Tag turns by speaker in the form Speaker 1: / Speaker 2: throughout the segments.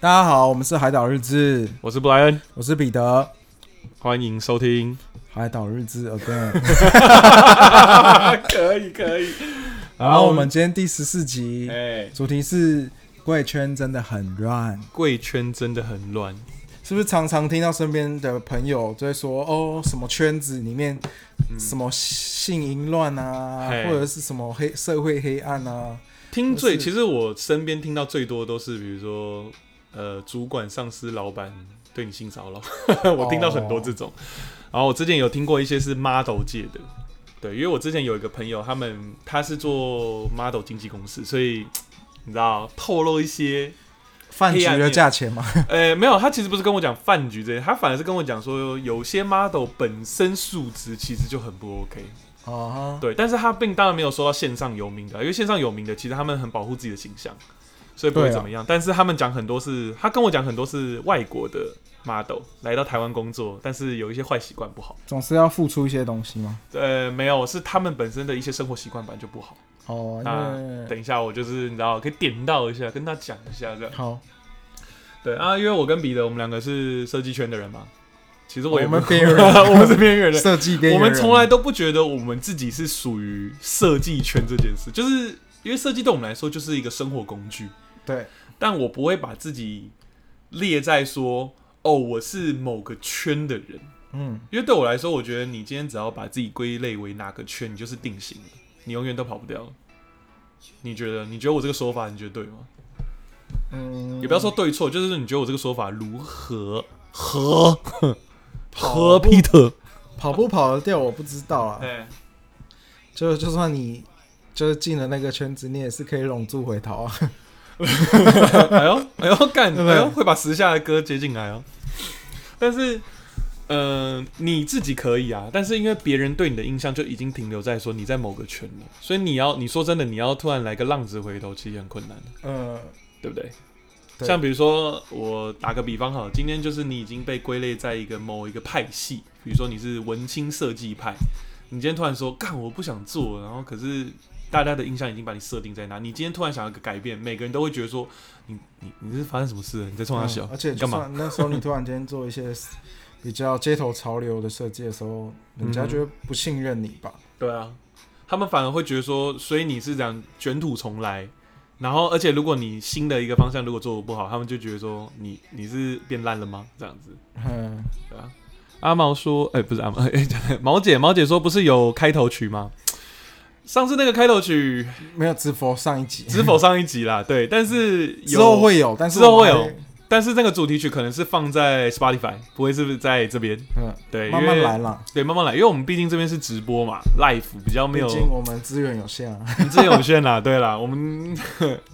Speaker 1: 大家好，我们是海岛日志，
Speaker 2: 我是布莱恩，
Speaker 1: 我是彼得。
Speaker 2: 欢迎收听。
Speaker 1: 海岛日志 again，
Speaker 2: 可以可以。
Speaker 1: 然后我们今天第十四集，
Speaker 2: 哎，
Speaker 1: 主题是贵圈真的很乱，
Speaker 2: 贵圈真的很乱，
Speaker 1: 是不是常常听到身边的朋友就会说，哦，什么圈子里面什么性淫乱啊，
Speaker 2: 嗯嘿
Speaker 1: 或者是什么黑社会黑暗啊，
Speaker 2: 听最
Speaker 1: 不是
Speaker 2: 其实我身边听到最多都是比如说呃主管、上司、老板对你性骚 扰，我听到很多这种。然后我之前有听过一些是 model 界的，对，因为我之前有一个朋友，他们他是做 model 经纪公司，所以你知道透露一些
Speaker 1: 饭局
Speaker 2: 黑暗
Speaker 1: 的
Speaker 2: 面
Speaker 1: 价钱嘛，
Speaker 2: 呃，没有，他其实不是跟我讲饭局这些，他反而是跟我讲说，有些 model 本身素质其实就很不 OK，
Speaker 1: 哦，
Speaker 2: 对，但是他并当然没有说到线上有名的，啊因为线上有名的其实他们很保护自己的形象，所以不会
Speaker 1: 对啊
Speaker 2: 怎么样。但是他们讲很多是，他跟我讲很多是外国的 model 来到台湾工作，但是有一些坏习惯不好，
Speaker 1: 总是要付出一些东西嘛，
Speaker 2: 呃，没有，是他们本身的一些生活习惯本来就不好。
Speaker 1: 哦，
Speaker 2: 啊
Speaker 1: 因为
Speaker 2: 等一下，我就是你知道可以点到一下，跟他讲一下这样。
Speaker 1: 好，
Speaker 2: 对啊，因为我跟彼得我们两个是设计圈的人嘛，其实我也
Speaker 1: 哦我们
Speaker 2: 不
Speaker 1: 边 缘人
Speaker 2: 我们是边缘人，
Speaker 1: 设计边
Speaker 2: 我
Speaker 1: 缘人
Speaker 2: 们从来都不觉得我们自己是属于设计圈这件事，就是因为设计对我们来说就是一个生活工具，
Speaker 1: 对，
Speaker 2: 但我不会把自己列在说哦，我是某个圈的人，
Speaker 1: 嗯，
Speaker 2: 因为对我来说，我觉得你今天只要把自己归类为哪个圈，你就是定型了，你永远都跑不掉了。你觉得？你觉得我这个说法你觉得对吗？
Speaker 1: 嗯，
Speaker 2: 也不要说对错，就是你觉得我这个说法如何何何皮特？
Speaker 1: 跑不跑得掉，我不知道啊。
Speaker 2: 哎，
Speaker 1: 就就算你就是进了那个圈子，你也是可以拢住回头啊。
Speaker 2: 哎呦，哎呦，干，
Speaker 1: 对不对
Speaker 2: 哎呦，会把时下的歌接进来哦。但是，呃，你自己可以啊，但是因为别人对你的印象就已经停留在说你在某个圈了，所以你要，你说真的，你要突然来个浪子回头，其实很困难的，
Speaker 1: 呃，
Speaker 2: 对不对？
Speaker 1: 对
Speaker 2: 像比如说，我打个比方好了，今天就是你已经被归类在一个某一个派系，比如说你是文青设计派，你今天突然说干我不想做，然后可是大家的印象已经把你设定在哪，你今天突然想要个改变，每个人都会觉得说你你你是发生什么事了？你在冲他笑？
Speaker 1: 嗯而且
Speaker 2: 你
Speaker 1: 就
Speaker 2: 干嘛？
Speaker 1: 算那时候你突然间做一些比较街头潮流的设计的时候，人家
Speaker 2: 嗯
Speaker 1: 就会不信任你吧？
Speaker 2: 对啊，他们反而会觉得说，所以你是这样卷土重来。然后，而且如果你新的一个方向如果做的不好，他们就觉得说你你是变烂了吗？这样子。
Speaker 1: 嗯，
Speaker 2: 对啊，阿毛说，哎、不是阿 毛，哎、毛姐，毛姐说不是有开头曲吗？上次那个开头曲
Speaker 1: 没有直佛上一集
Speaker 2: 只否上一集啦， 对，但是
Speaker 1: 之
Speaker 2: 有
Speaker 1: 后，会有，但是
Speaker 2: 之后
Speaker 1: 我
Speaker 2: 会有
Speaker 1: 还，
Speaker 2: 但是那个主题曲可能是放在 Spotify，不会是在这边，
Speaker 1: 嗯，
Speaker 2: 对，
Speaker 1: 慢
Speaker 2: 因
Speaker 1: 慢
Speaker 2: 为
Speaker 1: 来，啦。
Speaker 2: 对，慢慢来，因为我们毕竟这边是直播嘛，live 比较没
Speaker 1: 毕
Speaker 2: 有
Speaker 1: 竟我们资源有限啊。
Speaker 2: 名字有限啦， 对啦，我们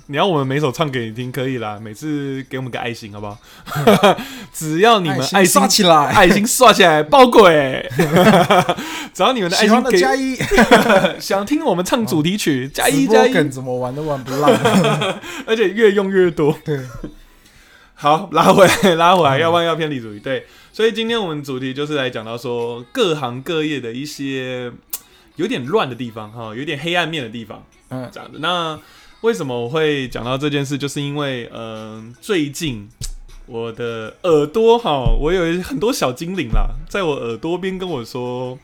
Speaker 2: 你要我们每首唱给你听可以啦，每次给我们个爱心好不 好？只要你们爱心
Speaker 1: 刷起来，
Speaker 2: 爱心刷起来，爆鬼！ 只要你们的爱
Speaker 1: 喜欢
Speaker 2: 心
Speaker 1: 的
Speaker 2: 给
Speaker 1: 加一，
Speaker 2: 想听我们唱主题曲， 加一
Speaker 1: 直播
Speaker 2: 加一，
Speaker 1: 梗怎么玩都玩不烂。
Speaker 2: 而且越用越多。
Speaker 1: 对， 嗯
Speaker 2: 好，拉回来，拉回来，要不然要偏离主题。对，所以今天我们主题就是来讲到说各行各业的一些有点乱的地方哈，有点黑暗面的地方。
Speaker 1: 嗯，
Speaker 2: 这样的。那为什么我会讲到这件事，就是因为嗯、呃最近我的耳朵哈，我有一很多小精灵啦，在我耳朵边跟我说。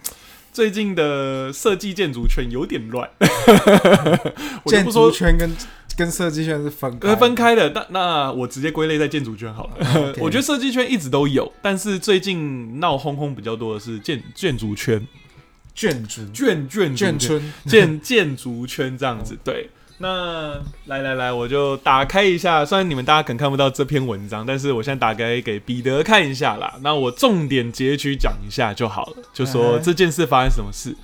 Speaker 2: 最近的设计建筑圈有点乱， 我
Speaker 1: 啊
Speaker 2: 就
Speaker 1: 建
Speaker 2: 不说
Speaker 1: 筑圈跟跟设计圈是分开
Speaker 2: 呃分开的，那那我直接归类在建筑圈好了。
Speaker 1: 的。
Speaker 2: 我觉
Speaker 1: 得
Speaker 2: 得设计圈一直都有，但是最近闹哄哄比较多的是建建筑圈、
Speaker 1: 卷竹
Speaker 2: 卷卷筑
Speaker 1: 眷
Speaker 2: 圈
Speaker 1: 村，
Speaker 2: 建建筑圈这样子。对，那来来来，我就打开一下。虽然你们大家可能看不到这篇文章，但是我现在打开给彼得看一下啦。那我重点截取讲一下就好了，就说
Speaker 1: 嗯哼
Speaker 2: 这件事发生什么事。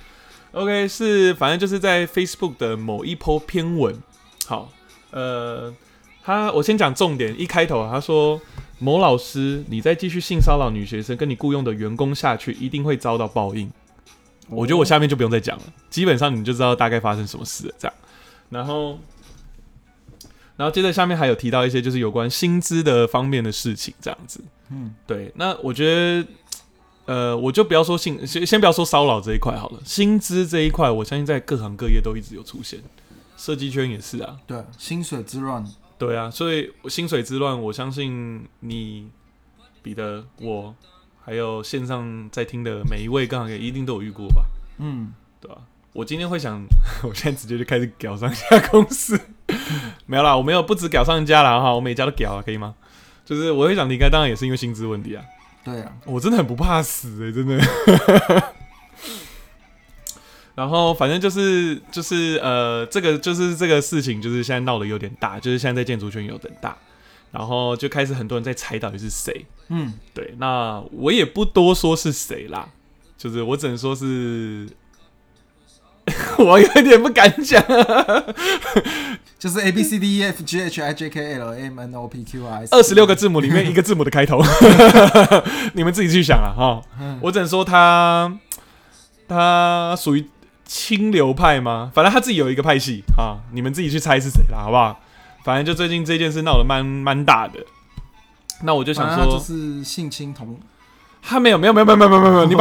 Speaker 2: OK，是反正就是在 Facebook 的某一波篇文。好，呃，他我先讲重点，一开头啊他说。某老师，你再继续性骚扰女学生，跟你雇佣的员工下去，一定会遭到报应。我觉得我下面就不用再讲了，基本上你就知道大概发生什么事了。这样，然后，然后接着下面还有提到一些就是有关薪资的方面的事情，这样子。
Speaker 1: 嗯，
Speaker 2: 对，那我觉得，呃，我就不要说性，先先不要说骚扰这一块好了，薪资这一块，我相信在各行各业都一直有出现，设计圈也是啊。
Speaker 1: 对，薪水之乱，
Speaker 2: 对啊，所以薪水之乱，我相信你、彼得、我，还有线上在听的每一位刚好也一定都有遇过吧，
Speaker 1: 嗯，
Speaker 2: 对吧、我今天会想， 我现在直接就开始屌上一家公司， 没有啦，我没有不止屌上一家啦哈，我每家都屌啊，可以吗？就是我会想离开，当然也是因为薪资问题啊，
Speaker 1: 对啊，
Speaker 2: 我真的很不怕死哎、真的。 然后反正就是就是呃，这个就是这个事情，就是现在闹得有点大，就是现在在建筑圈有点大，然后就开始很多人在猜到底是谁。
Speaker 1: 嗯，
Speaker 2: 对，那我也不多说是谁啦，就是我只能说是， 我有点不敢讲、啊
Speaker 1: 就是 A B C D E F G H I J K L M N O P Q R S
Speaker 2: 二十六个字母里面一个字母的开头， 你们自己去想了哈。
Speaker 1: 嗯
Speaker 2: 我只能说他他属于清流派吗？反正他自己有一个派系啊，你们自己去猜是谁啦，好不好？反正就最近这件事闹得蛮蛮大的，那我就
Speaker 1: 啊就
Speaker 2: 想说，
Speaker 1: 就是性侵同，
Speaker 2: 他没有没有没有没有没有没有没有没有，你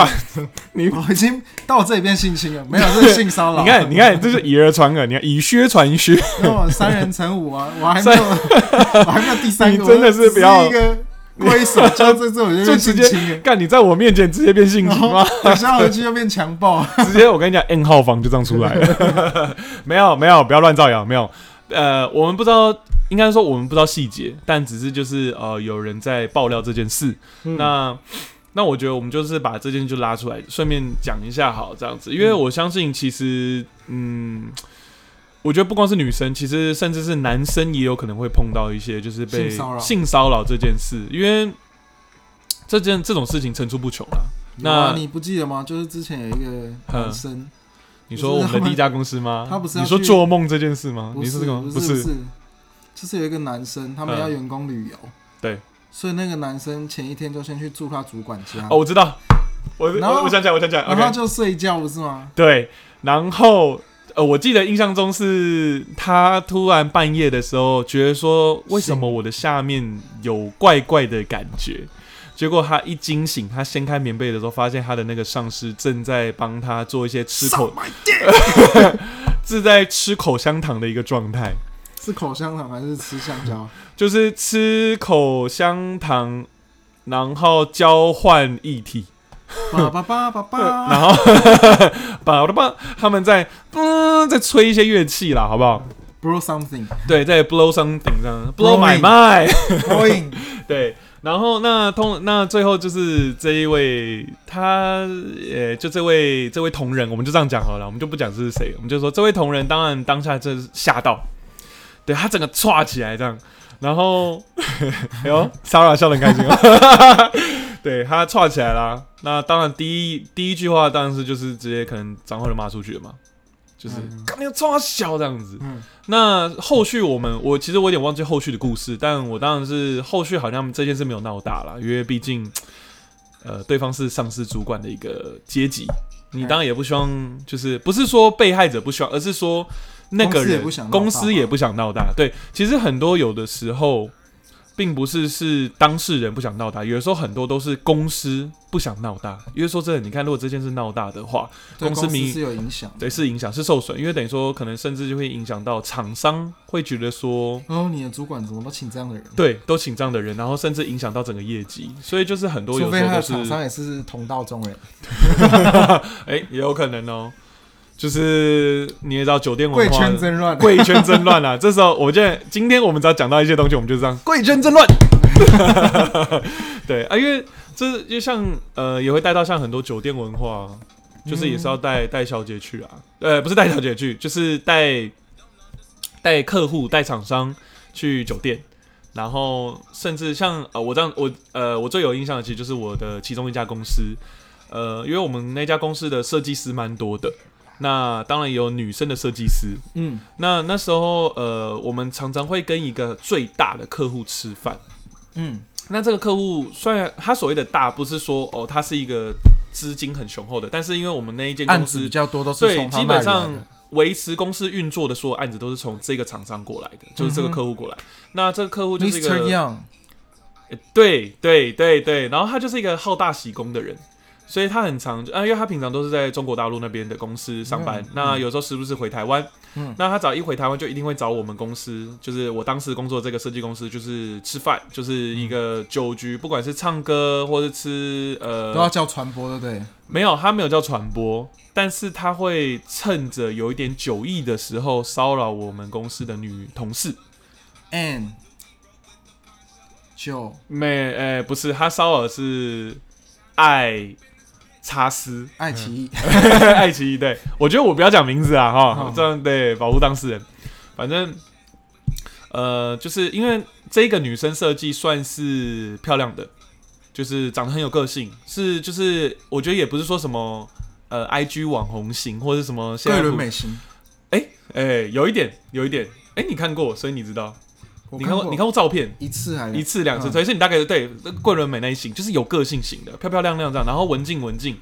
Speaker 2: 把
Speaker 1: 我已经到我这里变性侵了，没 有，这是性骚扰。
Speaker 2: 你看你看，这是以讹传讹，你看以靴传靴，
Speaker 1: 没有，三人成虎 啊，我还没有， 我还没有第三个，
Speaker 2: 你真的是不要
Speaker 1: 我只是 一个挥手，就这这我就
Speaker 2: 就
Speaker 1: 变
Speaker 2: 直
Speaker 1: 性
Speaker 2: 接
Speaker 1: 侵了，
Speaker 2: 干你在我面前直接变性侵
Speaker 1: 然
Speaker 2: 吗
Speaker 1: 后？等下回去就变强暴。
Speaker 2: 直接我跟你讲，N 号房就这样出来了。 没有没有，不要乱造谣，没有。呃，我们不知道，应该说我们不知道细节，但只是就是呃，有人在爆料这件事。
Speaker 1: 嗯
Speaker 2: 那那我觉得我们就是把这件就拉出来，顺便讲一下好这样子，
Speaker 1: 嗯
Speaker 2: 因为我相信其实嗯。我觉得不光是女生，其实甚至是男生也有可能会碰到一些就是被
Speaker 1: 性骚扰
Speaker 2: 性骚扰这件事，因为这件这种事情层出不穷啊。 那嗯
Speaker 1: 有啊你不记得吗？就是之前有一个男生，
Speaker 2: 你说我们的第一家公司吗？
Speaker 1: 他不是要
Speaker 2: 你说
Speaker 1: 去
Speaker 2: 做梦这件事吗？
Speaker 1: 不
Speaker 2: 你
Speaker 1: 是
Speaker 2: 这个吗？嗯
Speaker 1: 不是不是，就是有一个男生，他们要员工旅游，
Speaker 2: 对，
Speaker 1: 所以那个男生前一天就先去住他主管家
Speaker 2: 哦，，我知道，我
Speaker 1: 然后
Speaker 2: 我我想起来，我想起来
Speaker 1: 然后
Speaker 2: ，OK，
Speaker 1: 就睡觉不是吗？
Speaker 2: 对，然后呃，我记得印象中是他突然半夜的时候，觉得说为什么我的下面有怪怪的感觉。结果他一惊醒，他掀开棉被的时候，发现他的那个上司正在帮他做一些吃口，
Speaker 1: My dick
Speaker 2: 是在吃口香糖的一个状态。
Speaker 1: 是口香糖还是吃香 蕉？
Speaker 2: 就是吃口香糖，然后交换液体，
Speaker 1: 叭叭叭叭
Speaker 2: 然
Speaker 1: 叭，
Speaker 2: 后 把我的妈，他们在嗯在吹一些乐器啦，好不好？
Speaker 1: ，blow something，
Speaker 2: 对，在 blow something 上，blow my
Speaker 1: Blowing
Speaker 2: mind，
Speaker 1: blowing，
Speaker 2: 对。然后那通那最后就是这一位他呃就这位这位同仁，我们就这样讲好了，我们就不讲是谁，我们就说这位同仁当然当下这吓到，对他整个歘起来这样，然后 哎呦，Sara 笑得很开心哦， 对他歘起来啦。那当然第一第一句话当然是就是直接可能脏话就骂出去了嘛，就是
Speaker 1: 嗯
Speaker 2: 干你个冲他小这样子，
Speaker 1: 嗯
Speaker 2: 那后续我们我其实我有点忘记后续的故事，但我当然是后续好像这件事没有闹大啦，因为毕竟，呃，对方是上司主管的一个阶级，你当然也不希望，就是不是说被害者不希望，而是说那
Speaker 1: 公
Speaker 2: 个
Speaker 1: 司也
Speaker 2: 人
Speaker 1: 不想闹大
Speaker 2: 公司也不想闹大。对，其实很多有的时候，并不是是当事人不想闹大，有的时候很多都是公司不想闹大。因为说真的，你看，如果这件事闹大的话，
Speaker 1: 对
Speaker 2: 公司
Speaker 1: 司
Speaker 2: 名
Speaker 1: 是有影响的。
Speaker 2: 对，是影响，是受损，因为等于说可能甚至就会影响到厂商会觉得说，
Speaker 1: 然后哦你的主管怎么都请这样的人？
Speaker 2: 对，都请这样的人，然后甚至影响到整个业绩，所以就是很多
Speaker 1: 除
Speaker 2: 有
Speaker 1: 非
Speaker 2: 时
Speaker 1: 他
Speaker 2: 候
Speaker 1: 的
Speaker 2: 都是
Speaker 1: 厂，商也是同道中人，
Speaker 2: 哎、也有可能哦，就是你也知道酒店
Speaker 1: 贵
Speaker 2: 文化，
Speaker 1: 圈真乱，
Speaker 2: 贵圈争 乱啊。这时候，我觉得今天我们只要讲到一些东西，我们就这样
Speaker 1: 贵圈真乱。
Speaker 2: 对啊，因为这就像呃，也会带到像很多酒店文化，就是也是要带带小姐去啊，呃，不是带小姐去，就是带带客户、带厂商去酒店，然后甚至像呃，我这样我呃，我最有印象的其实就是我的其中一家公司，呃，因为我们那家公司的设计师蛮多的，那当然也有女生的设计师，
Speaker 1: 嗯，
Speaker 2: 那那时候呃，我们常常会跟一个最大的客户吃饭。
Speaker 1: 嗯，
Speaker 2: 那这个客户虽然他所谓的大，不是说哦，他是一个资金很雄厚的，但是因为我们那一间
Speaker 1: 案
Speaker 2: 公
Speaker 1: 子
Speaker 2: 司
Speaker 1: 比较多都是
Speaker 2: 对
Speaker 1: 从他
Speaker 2: 基
Speaker 1: 那
Speaker 2: 本
Speaker 1: 里来
Speaker 2: 上
Speaker 1: 的。
Speaker 2: 维持公司运作的所有案子都是从这个厂商过来的，就是这
Speaker 1: 嗯
Speaker 2: 个
Speaker 1: 哼
Speaker 2: 客户过来。那这个客户就是一
Speaker 1: Mr.
Speaker 2: 个呃
Speaker 1: Young，
Speaker 2: 对对对对，然后他就是一个好大喜功的人，所以他很常啊，因为他平常都是在中国大陆那边的公司上班，
Speaker 1: 嗯
Speaker 2: 那有时候时不时回台湾，
Speaker 1: 嗯
Speaker 2: 那他只要一回台湾就一定会找我们公司，就是我当时工作这个设计公司，就是吃饭，就是一个酒局，不管是唱歌或是吃
Speaker 1: 都要
Speaker 2: 呃，
Speaker 1: 叫传播，对啊不对？
Speaker 2: 没有他没有叫传播，但是他会趁着有一点酒意的时候骚扰我们公司的女同事。
Speaker 1: and 就
Speaker 2: 没，呃、不是，他骚扰的是爱查斯，
Speaker 1: 爱奇艺，
Speaker 2: 爱奇艺。对，我觉得我不要讲名字啊，哈
Speaker 1: 哦，
Speaker 2: 这样对保护当事人。反正，呃，就是因为这个女生设计算是漂亮的，就是长得很有个性，是就是我觉得也不是说什么呃，IG 网红型或者什么现
Speaker 1: 桂
Speaker 2: 在
Speaker 1: 纶
Speaker 2: 不，
Speaker 1: 镁型，
Speaker 2: 哎、哎、有一点，有一点，哎、你看过，所以你知道，
Speaker 1: 我
Speaker 2: 你
Speaker 1: 看
Speaker 2: 过，你看过照片，
Speaker 1: 一次还
Speaker 2: 一次两次，
Speaker 1: 嗯
Speaker 2: 所以是你大概对桂纶镁那一型，就是有个性型的，漂漂亮亮这样，然后文静文静，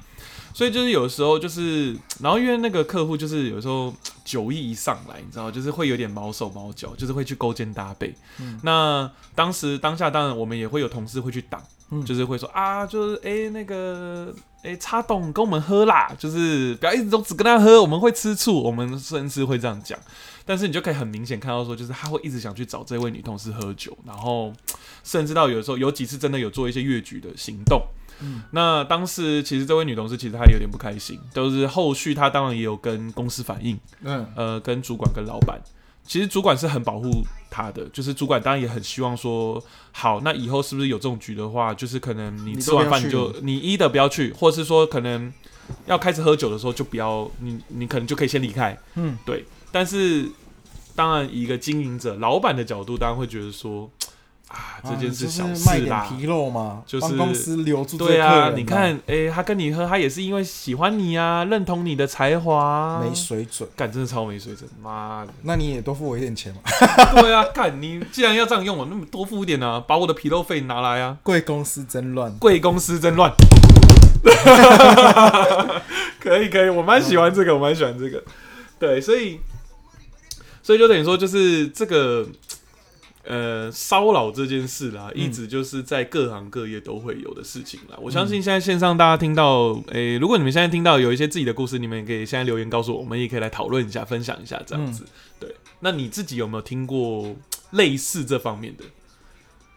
Speaker 2: 所以就是有时候就是，然后因为那个客户就是有时候酒意一上来，你知道，就是会有点毛手毛脚，就是会去勾肩搭背。
Speaker 1: 嗯
Speaker 2: 那当时当下当然我们也会有同事会去挡，
Speaker 1: 嗯
Speaker 2: 就是会说啊，就是哎、那个哎、插董跟我们喝啦，就是不要一直都只跟他喝，我们会吃醋，我们甚至会这样讲。但是你就可以很明显看到说，就是他会一直想去找这位女同事喝酒，然后甚至到有时候有几次真的有做一些越矩的行动。
Speaker 1: 嗯
Speaker 2: 那当时其实这位女同事其实她也有点不开心，就是后续她当然也有跟公司反映，
Speaker 1: 嗯
Speaker 2: 呃，跟主管跟老板。其实主管是很保护她的，就是主管当然也很希望说，好，那以后是不是有这种局的话，就是可能你
Speaker 1: 你都
Speaker 2: 吃完
Speaker 1: 不要
Speaker 2: 饭
Speaker 1: 去
Speaker 2: 你就你一的不要去，或是说可能要开始喝酒的时候就不要，你你可能就可以先离开。
Speaker 1: 嗯，
Speaker 2: 但是当然，以一个经营者、老板的角度，当然会觉得说，啊，这件事小
Speaker 1: 啊你就是卖
Speaker 2: 事
Speaker 1: 点
Speaker 2: 啦。
Speaker 1: 皮肉嘛，
Speaker 2: 就是
Speaker 1: 帮公司留住这
Speaker 2: 对
Speaker 1: 个客人
Speaker 2: 啊，
Speaker 1: 嘛
Speaker 2: 你看，哎、他跟你喝，他也是因为喜欢你啊，认同你的才华啊。
Speaker 1: 没水准，
Speaker 2: 干，真的超没水准，妈的！
Speaker 1: 那你也多付我一点钱嘛，
Speaker 2: 对啊，干，你既然要这样用我，那么多付一点啊，把我的皮肉费拿来啊。
Speaker 1: 贵公司真乱，
Speaker 2: 贵公司真乱。 可以可以，我蛮喜欢这个，我蛮喜欢这个。对，所以所以就等于说，就是这个呃骚扰这件事啦，一直就是在各行各业都会有的事情啦。我相信现在线上大家听到，诶、如果你们现在听到有一些自己的故事，你们也可以现在留言告诉我，我们也可以来讨论一下，分享一下这样子。对，那你自己有没有听过类似这方面的？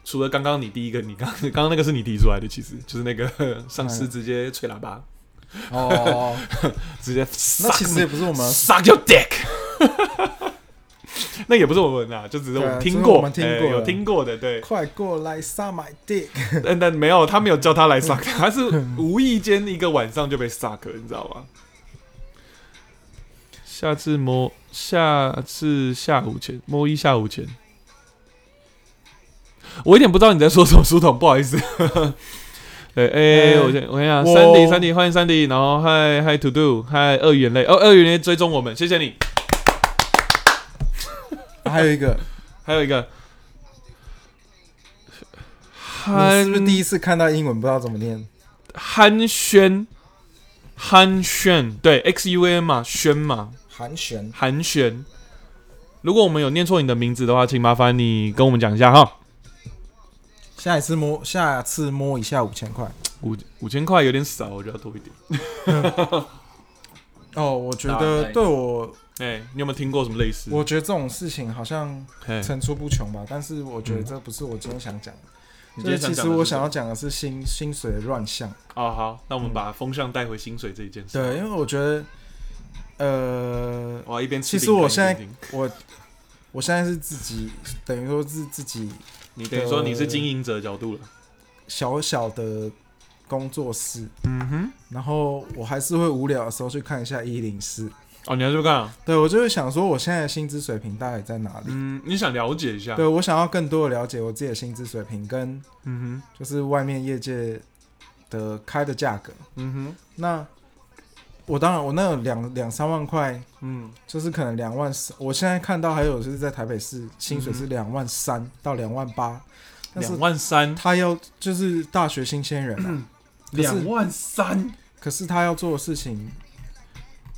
Speaker 2: 除了刚刚你第一个，你刚刚刚那个是你提出来的，其实就是那 个上司直接吹喇叭，
Speaker 1: 哦，
Speaker 2: 直接
Speaker 1: 嗯那
Speaker 2: suck
Speaker 1: 其实也不是我们
Speaker 2: suck your dick，那也不是我们啊，就只是我
Speaker 1: 对
Speaker 2: 们
Speaker 1: 啊
Speaker 2: 听
Speaker 1: 只是
Speaker 2: 过，
Speaker 1: 我们听过
Speaker 2: 哎有
Speaker 1: 的
Speaker 2: 听过的，对，
Speaker 1: 快过来 suck my dick，
Speaker 2: 但但没有，他没有叫他来 suck，他是无意间一个晚上就被 suck，了你知道吗？下次摸，下次下午前摸一下午前，我有点不知道你在说什么，书童，不好意思。 对，哎、
Speaker 1: 哎
Speaker 2: 我先我跟你讲，
Speaker 1: 我
Speaker 2: 三 D 三 D 欢迎三 D，然后嗨嗨 to do，嗨鳄鱼眼泪，哦，鳄鱼眼泪追踪我们，谢谢你。
Speaker 1: 啊还有一个，
Speaker 2: 还有一个，
Speaker 1: 你是不是第
Speaker 2: 一
Speaker 1: 一次看到英文不知道怎么念？
Speaker 2: 憨轩？憨轩对 X U N 嘛，轩嘛，
Speaker 1: 韩旋，
Speaker 2: 韩轩。如果我们有念错你的名字的话，请麻烦你跟我们讲一下哈。
Speaker 1: 下一次摸，下次摸一下五千块。
Speaker 2: 五五千块有点少，我觉得要多一点。
Speaker 1: 哦，我觉
Speaker 2: 大概
Speaker 1: 得对我，
Speaker 2: 哎、你有没有听过什么类似？
Speaker 1: 我觉得这种事情好像
Speaker 2: 哎，
Speaker 1: 层出不穷吧，但是我觉得这不是我今天想讲的。
Speaker 2: 嗯你今
Speaker 1: 就是其
Speaker 2: 天想讲的
Speaker 1: 实我
Speaker 2: 是什
Speaker 1: 想
Speaker 2: 么
Speaker 1: 要嗯讲的是薪薪水的乱象，
Speaker 2: 哦，好，那我们把风向带回薪水这一件事。
Speaker 1: 对，因，为我觉得，呃，
Speaker 2: 我要一边
Speaker 1: 其
Speaker 2: 吃
Speaker 1: 实
Speaker 2: 饼
Speaker 1: 我
Speaker 2: 干一边
Speaker 1: 现在
Speaker 2: 听
Speaker 1: 我我现在是自己，等于说是自己
Speaker 2: 你等于说你是经营者角度了。
Speaker 1: 小小的工作室，
Speaker 2: 嗯哼，
Speaker 1: 然后我还是会无聊的时候去看一下一零四，
Speaker 2: 哦，你还是不干啊？
Speaker 1: 对我就会想说，我现在的薪资水平大概在哪里？
Speaker 2: 嗯，你想了解一下？
Speaker 1: 对我想要更多的了解我自己的薪资水平跟
Speaker 2: 嗯
Speaker 1: 就是外面业界的开的价格。
Speaker 2: 哼，嗯哼，
Speaker 1: 那我当然，我那有两两三万块，
Speaker 2: 嗯。
Speaker 1: 就是可能两万四。我现在看到还有就是在台北市薪水是两万三到两万八，但是
Speaker 2: 嗯两万嗯三，
Speaker 1: 他要就是大学新鲜人啊，可是
Speaker 2: 万三，
Speaker 1: 可是他要做的事情，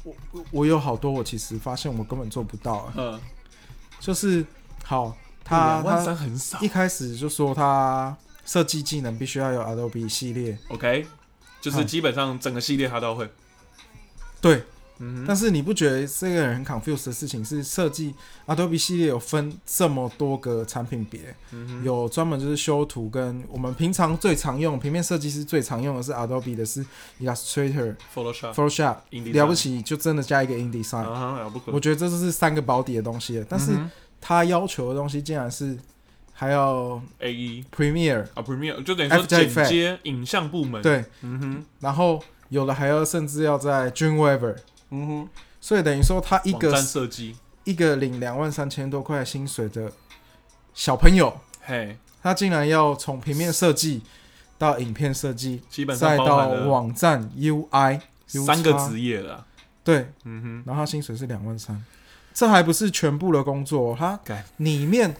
Speaker 1: 我我我有好多我其实发现我根本做不到、啊，
Speaker 2: 嗯，
Speaker 1: 就是好他
Speaker 2: 两万
Speaker 1: 他
Speaker 2: 三哦很少
Speaker 1: 一。开始就说他设计技能必须要有 Adobe 系列，
Speaker 2: OK，
Speaker 1: 哎
Speaker 2: 就是基本上整个系列他都会。
Speaker 1: 对，
Speaker 2: 嗯
Speaker 1: 但
Speaker 2: 哼，
Speaker 1: 是你不觉得这个人很 confused 的事情是设计 Adobe 系列有分这么多个产品别，
Speaker 2: 嗯哼，
Speaker 1: 有专门就是修图跟我们平常最常用平面设计师最常用的是 Adobe 的是 Illustrator、
Speaker 2: Photoshop、
Speaker 1: Photoshop，
Speaker 2: Indesign
Speaker 1: 了不起就真的加一个 InDesign，、
Speaker 2: 啊哈，了不可
Speaker 1: 我。觉得这就是三个保底的东西了。但
Speaker 2: 嗯
Speaker 1: 是他要求的东西竟然是还要
Speaker 2: A 一
Speaker 1: Premiere，
Speaker 2: 啊 Premiere 就等于说
Speaker 1: After
Speaker 2: 剪
Speaker 1: Effect
Speaker 2: 接影像部门。，
Speaker 1: 对，
Speaker 2: 嗯哼，
Speaker 1: 然后有的还要甚至要在 Dreamweaver，
Speaker 2: 嗯哼，
Speaker 1: 所以等于说他一
Speaker 2: 网
Speaker 1: 个
Speaker 2: 站设计，
Speaker 1: 一个领两万三千多块薪水的小朋友，
Speaker 2: 嘿，
Speaker 1: 他竟然要从平面设计到影片设计，
Speaker 2: 基本上
Speaker 1: 再
Speaker 2: 包
Speaker 1: 到
Speaker 2: 含了
Speaker 1: 网站 UI
Speaker 2: 三个，
Speaker 1: UX
Speaker 2: 职业了。
Speaker 1: 对，
Speaker 2: 嗯哼，
Speaker 1: 然后他薪水是两万三，这还不是全部的工作哦，他
Speaker 2: 干
Speaker 1: 里面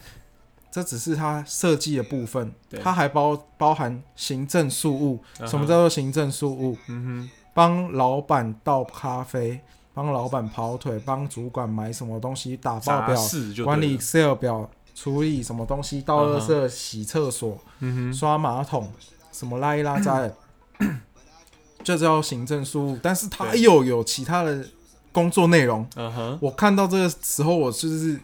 Speaker 1: 这只是他设计的部分
Speaker 2: 对，
Speaker 1: 他还包包含行政事务。什么
Speaker 2: 啊
Speaker 1: 叫
Speaker 2: 哈？
Speaker 1: 做行政事务？
Speaker 2: 嗯
Speaker 1: 帮老板倒咖啡，帮老板跑腿，帮主管买什么东西，打
Speaker 2: 哼，
Speaker 1: 报
Speaker 2: 杂
Speaker 1: 表，
Speaker 2: 事就对了
Speaker 1: 管理，Excel 表，处理什么东西，倒垃圾、洗厕所、
Speaker 2: 嗯哼，
Speaker 1: 刷马桶，什么拉一拉渣 的，这叫行政事务。但是他
Speaker 2: 对
Speaker 1: 又有其他的工作内容。
Speaker 2: 嗯哼，
Speaker 1: 我看到这个时候，我就是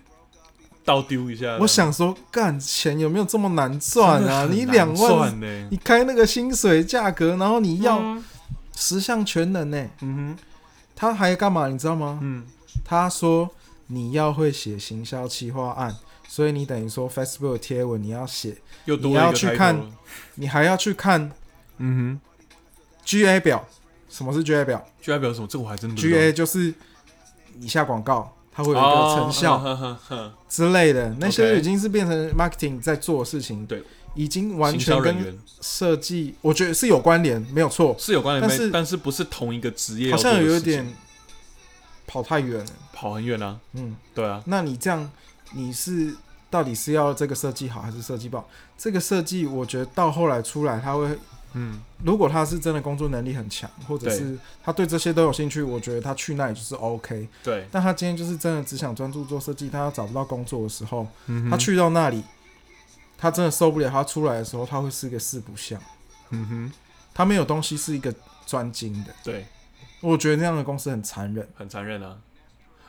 Speaker 2: 倒丢一下。
Speaker 1: 我想说，干钱有没有这么难赚
Speaker 2: 呃真的
Speaker 1: 啊？
Speaker 2: 很
Speaker 1: 你
Speaker 2: 难
Speaker 1: 两万，
Speaker 2: 算呢，
Speaker 1: 你开那个薪水价格，然后你要
Speaker 2: 嗯
Speaker 1: 十项全能呢、
Speaker 2: 哼，
Speaker 1: 他还干嘛？你知道吗？
Speaker 2: 嗯，
Speaker 1: 他说你要会写行销企划案，所以你等于说 Facebook 的贴文你要写，
Speaker 2: 又多
Speaker 1: 你
Speaker 2: 了
Speaker 1: 要
Speaker 2: 一个
Speaker 1: 去
Speaker 2: title
Speaker 1: 看
Speaker 2: 了
Speaker 1: 你还要去看
Speaker 2: 嗯
Speaker 1: GA 表。什么是 GA 表
Speaker 2: 哼，GI 表是什么？这我还真不知道
Speaker 1: ？GA 就是你下广告，它会有一
Speaker 2: 哦
Speaker 1: 个成效
Speaker 2: 哼哼哼
Speaker 1: 之类的，那
Speaker 2: OK
Speaker 1: 些已经是变成 marketing 在做的事情，
Speaker 2: 对，
Speaker 1: 已经完
Speaker 2: 行
Speaker 1: 全
Speaker 2: 销人
Speaker 1: 跟
Speaker 2: 员
Speaker 1: 设计，我觉得是有关联，没有错，
Speaker 2: 是有关联，
Speaker 1: 但是
Speaker 2: 但是不是同一个职业要
Speaker 1: 好
Speaker 2: 做的事
Speaker 1: 像
Speaker 2: 情，
Speaker 1: 有一点跑太远了，
Speaker 2: 跑很远啊。
Speaker 1: 嗯。
Speaker 2: 对啊，
Speaker 1: 那你这样，你是到底是要这个设计好还是设计不好？这个设计，我觉得到后来出来，他会，
Speaker 2: 嗯，
Speaker 1: 如果他是真的工作能力很强，或者
Speaker 2: 对
Speaker 1: 是他对这些都有兴趣，我觉得他去那里就是 OK。
Speaker 2: 对，
Speaker 1: 但他今天就是真的只想专注做设计，他找不到工作的时候，
Speaker 2: 嗯哼
Speaker 1: 他，去到那里，他真的受不了，他出来的时候，他会是个四不像，
Speaker 2: 嗯哼，
Speaker 1: 他没有东西是一个专精的。
Speaker 2: 对，
Speaker 1: 我觉得那样的公司很残忍。
Speaker 2: 很残忍啊。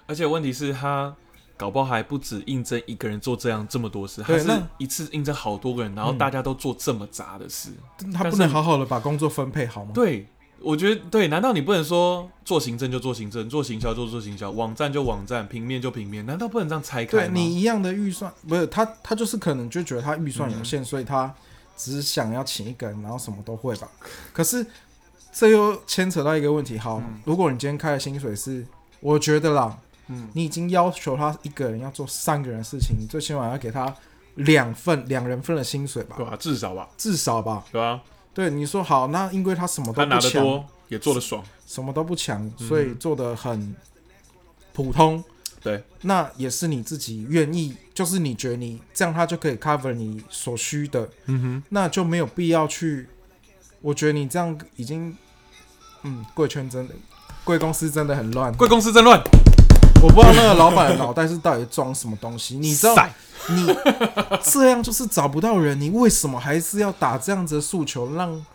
Speaker 2: 而且问题是他搞不好还不止应征一个人做这样这么多事，他
Speaker 1: 对
Speaker 2: 是
Speaker 1: 那
Speaker 2: 一次应征好多个人，然后
Speaker 1: 嗯
Speaker 2: 大家都做这么杂的事。
Speaker 1: 他
Speaker 2: 但
Speaker 1: 不
Speaker 2: 是
Speaker 1: 能好好的把工作分配好吗？
Speaker 2: 对，我觉得对，难道你不能说做行政就做行政，做行销就做行销，网站就网站，平面就平面？难道不能这样拆开
Speaker 1: 对
Speaker 2: 吗？
Speaker 1: 你一样的预算，不是他，他就是可能就觉得他预算有
Speaker 2: 嗯
Speaker 1: 限，所以他只想要请一个人，然后什么都会吧。可是这又牵扯到一个问题，好，
Speaker 2: 嗯
Speaker 1: 如果你今天开的薪水是，我觉得啦，
Speaker 2: 嗯，
Speaker 1: 你已经要求他一个人要做三个人的事情，你最起码要给他两份两人份的薪水吧
Speaker 2: 对，啊，至少吧，
Speaker 1: 至少吧。
Speaker 2: 对啊，
Speaker 1: 对，你说好，那因为他什么
Speaker 2: 他
Speaker 1: 都
Speaker 2: 拿
Speaker 1: 不
Speaker 2: 得
Speaker 1: 强，
Speaker 2: 多，也做得爽，
Speaker 1: 什么都不强，
Speaker 2: 嗯
Speaker 1: 所以做的很普通。
Speaker 2: 对，
Speaker 1: 那也是你自己愿意，就是你觉得你这样他就可以 cover 你所需的，
Speaker 2: 嗯哼，
Speaker 1: 那就没有必要去。我觉得你这样已经，嗯，贵圈真的，贵公司真的很乱。
Speaker 2: 贵公司真乱，
Speaker 1: 我不知道那个老板的脑袋是到底装什么东西。你知 道，
Speaker 2: 塞
Speaker 1: 你这样就是找不到人，你为什么还是要打这样子的诉求？让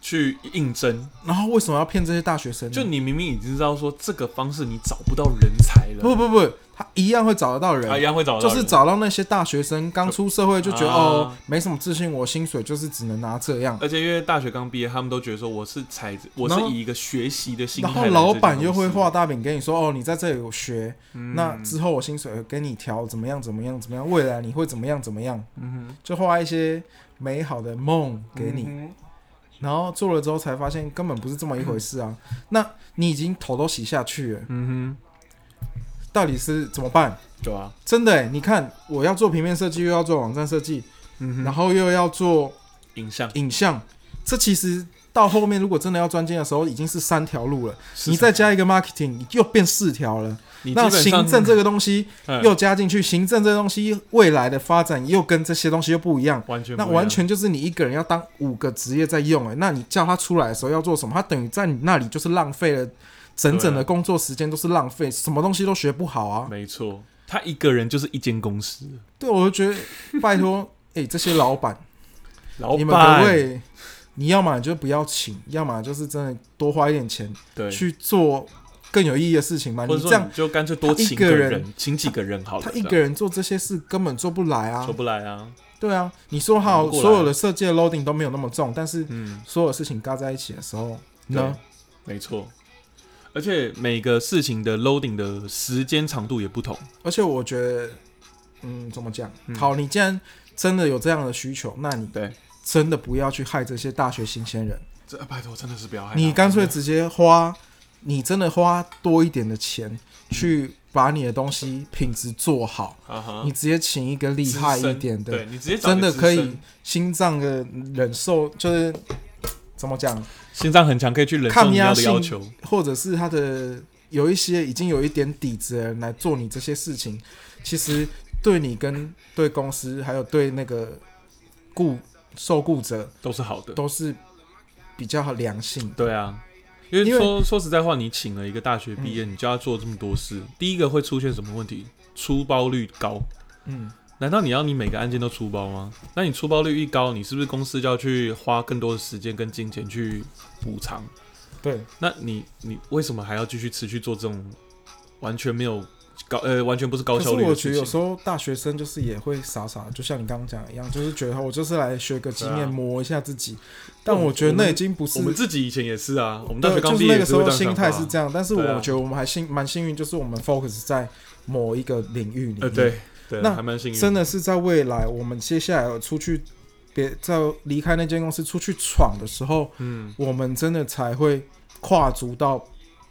Speaker 2: 去应征，
Speaker 1: 然后为什么要骗这些大学生呢？
Speaker 2: 就你明明已经知道说这个方式你找不到人才了，
Speaker 1: 不不不，他一样会找得到人。
Speaker 2: 啊，一样会找到
Speaker 1: 就
Speaker 2: 人，
Speaker 1: 是找到那些大学生刚出社会就觉得、
Speaker 2: 啊
Speaker 1: 哦没什么自信，我薪水就是只能拿这样，
Speaker 2: 而且因为大学刚毕业，他们都觉得说我是采，我
Speaker 1: 然后
Speaker 2: 是以一个学习的心态
Speaker 1: 然
Speaker 2: 来
Speaker 1: 后
Speaker 2: 这间公司。
Speaker 1: 老板又会画大饼给你说哦你在这里有学，
Speaker 2: 嗯，
Speaker 1: 那之后我薪水给你调怎么样怎么样怎么样，未来你会怎么样怎么样，
Speaker 2: 嗯
Speaker 1: 就画一些美好的梦
Speaker 2: 哼
Speaker 1: 给你，
Speaker 2: 嗯
Speaker 1: 然后做了之后才发现根本不是这么一回事啊， 那你已经头都洗下去了，
Speaker 2: 嗯哼，
Speaker 1: 到底是怎么办？
Speaker 2: 对啊，
Speaker 1: 真的欸，你看我要做平面设计，又要做网站设计，
Speaker 2: 嗯
Speaker 1: 然
Speaker 2: 哼，
Speaker 1: 后又要做
Speaker 2: 影像，
Speaker 1: 影像，这其实到后面如果真的要专精的时候，已经是三条路了。
Speaker 2: 市场
Speaker 1: 你再加一个 marketing，你又变四条了。
Speaker 2: 你
Speaker 1: 那
Speaker 2: 基本上
Speaker 1: 行政这个东西
Speaker 2: 嗯
Speaker 1: 又加进去，行政这个东西未来的发展又跟这些东西又不一样。
Speaker 2: 完全
Speaker 1: 那
Speaker 2: 不一样
Speaker 1: 完全就是你一个人要当五个职业在用、欸，那你叫他出来的时候要做什么？他等于在你那里就是浪费了整整
Speaker 2: 对啊
Speaker 1: 的工作时间，都是浪费，什么东西都学不好啊。
Speaker 2: 没错，他一个人就是一间公司，
Speaker 1: 对，我就觉得，拜托，哎、这些老板，
Speaker 2: 老
Speaker 1: 你们可不可
Speaker 2: 板
Speaker 1: 以你要么你就不要请，要么就是真的多花一点钱
Speaker 2: 对，
Speaker 1: 去做更有意义的事情嘛。
Speaker 2: 或
Speaker 1: 你这
Speaker 2: 者说
Speaker 1: 样
Speaker 2: 你，就干脆多
Speaker 1: 他一
Speaker 2: 请
Speaker 1: 个
Speaker 2: 个
Speaker 1: 人
Speaker 2: 人，请几个人好了，
Speaker 1: 他一
Speaker 2: 这
Speaker 1: 个
Speaker 2: 样
Speaker 1: 人做这些事根本做不来啊
Speaker 2: 说。不来啊，
Speaker 1: 对啊，你说好
Speaker 2: 忙不过来
Speaker 1: 所有的设计的 loading 都没有那么重，但是
Speaker 2: 嗯，
Speaker 1: 所有事情嘎在一起的时候呢，
Speaker 2: 对，没错。而且每个事情的 loading 的时间长度也不同，
Speaker 1: 而且我觉得，嗯，怎么讲？
Speaker 2: 嗯
Speaker 1: 好，你既然真的有这样的需求，那你
Speaker 2: 对，
Speaker 1: 真的不要去害这些大学新鲜人，
Speaker 2: 这拜托真的是不要害嗯
Speaker 1: 你
Speaker 2: 怕
Speaker 1: 干脆
Speaker 2: 真的
Speaker 1: 直接花，你真的花多一点的钱去把你的东
Speaker 2: 嗯
Speaker 1: 西品质做好，
Speaker 2: 啊哈
Speaker 1: 你直接请一个厉害一点
Speaker 2: 对
Speaker 1: 的，
Speaker 2: 你直接找
Speaker 1: 真的
Speaker 2: 个资
Speaker 1: 可以
Speaker 2: 深
Speaker 1: 心脏的忍受，就是怎么讲？
Speaker 2: 心脏很强，可以去忍受
Speaker 1: 抗
Speaker 2: 你
Speaker 1: 压
Speaker 2: 要的要
Speaker 1: 性
Speaker 2: 求，
Speaker 1: 或者是他的有一些已经有一点底子的人来做你这些事情，其实对你跟对公司还有对那个雇受雇者
Speaker 2: 都是好的。
Speaker 1: 都是比较良性的。
Speaker 2: 对啊，因为
Speaker 1: 因为嗯
Speaker 2: 说说实在话，你请了一个大学毕业，你就要做这么多事，第一个会出现什么问题？出包率高。
Speaker 1: 嗯，
Speaker 2: 难道你要你每个案件都出包吗？那你出包率一高，你是不是公司就要去花更多的时间跟金钱去补偿？
Speaker 1: 对，
Speaker 2: 那你你为什么还要继续持续做这种完全没有高呃完全不是高
Speaker 1: 可是
Speaker 2: 效率
Speaker 1: 我
Speaker 2: 的
Speaker 1: 觉
Speaker 2: 事
Speaker 1: 得有
Speaker 2: 情？
Speaker 1: 时候大学生就是也会傻傻的，就像你刚刚讲的一样，就是觉得我就是来学个经
Speaker 2: 对啊
Speaker 1: 验，磨一下自己。但
Speaker 2: 我们
Speaker 1: 我觉得那
Speaker 2: 我
Speaker 1: 已
Speaker 2: 们
Speaker 1: 经不是
Speaker 2: 我们自己以前也是啊，我们大学
Speaker 1: 对，
Speaker 2: 刚
Speaker 1: 就
Speaker 2: 毕
Speaker 1: 是
Speaker 2: 业
Speaker 1: 那
Speaker 2: 也
Speaker 1: 个时
Speaker 2: 会
Speaker 1: 候
Speaker 2: 这样
Speaker 1: 心
Speaker 2: 想
Speaker 1: 态
Speaker 2: 法
Speaker 1: 是这样，但是
Speaker 2: 对啊
Speaker 1: 我觉得我们还幸蛮幸运，就是我们 focus 在某一个领域里面。
Speaker 2: 呃对对，
Speaker 1: 那
Speaker 2: 还蛮幸运，
Speaker 1: 真的是在未来，我们接下来出去，别在离开那间公司出去闯的时候，
Speaker 2: 嗯
Speaker 1: 我们真的才会跨足到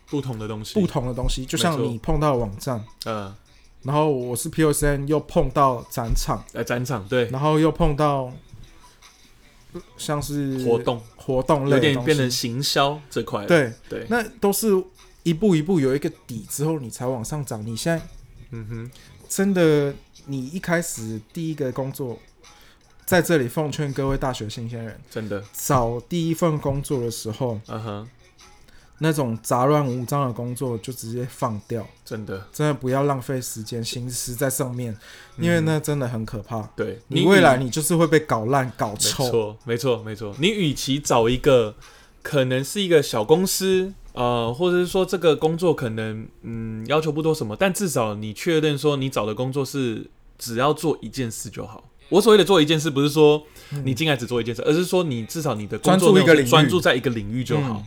Speaker 2: 不同的东西
Speaker 1: 不同的东西。就像
Speaker 2: 没错
Speaker 1: 你碰到网站，
Speaker 2: 呃
Speaker 1: 然后我是 POSN 又碰到展场，
Speaker 2: 呃展场对
Speaker 1: 然后又碰到呃像是
Speaker 2: 活动
Speaker 1: 活动类
Speaker 2: 有
Speaker 1: 的
Speaker 2: 点
Speaker 1: 东
Speaker 2: 变成
Speaker 1: 西，
Speaker 2: 行销这块了，
Speaker 1: 对，
Speaker 2: 对，
Speaker 1: 那都是一步一步有一个底之后，你才往上涨。你现在
Speaker 2: 嗯哼，
Speaker 1: 真的，你一开始第一个工作。在这里奉劝各位大学新鲜人，
Speaker 2: 真的，
Speaker 1: 找第一份工作的时候，
Speaker 2: 嗯哼，
Speaker 1: 那种杂乱无章的工作就直接放掉，
Speaker 2: 真的，
Speaker 1: 真的不要浪费时间心思在上面，因
Speaker 2: 嗯
Speaker 1: 为那真的很可怕。
Speaker 2: 对
Speaker 1: 你未来
Speaker 2: 与
Speaker 1: 你就是会被搞烂、搞
Speaker 2: 没
Speaker 1: 臭。
Speaker 2: 错，没错，没错，你与其找一个可能是一个小公司。呃，或者是说这个工作可能嗯要求不多什么，但至少你确认说你找的工作是只要做一件事就好。我所谓的做一件事，不是说
Speaker 1: 嗯
Speaker 2: 你进来只做一件事，而是说你至少你的工作
Speaker 1: 专注一个
Speaker 2: 内
Speaker 1: 领
Speaker 2: 容是
Speaker 1: 域
Speaker 2: 专注在一个领域就好。
Speaker 1: 嗯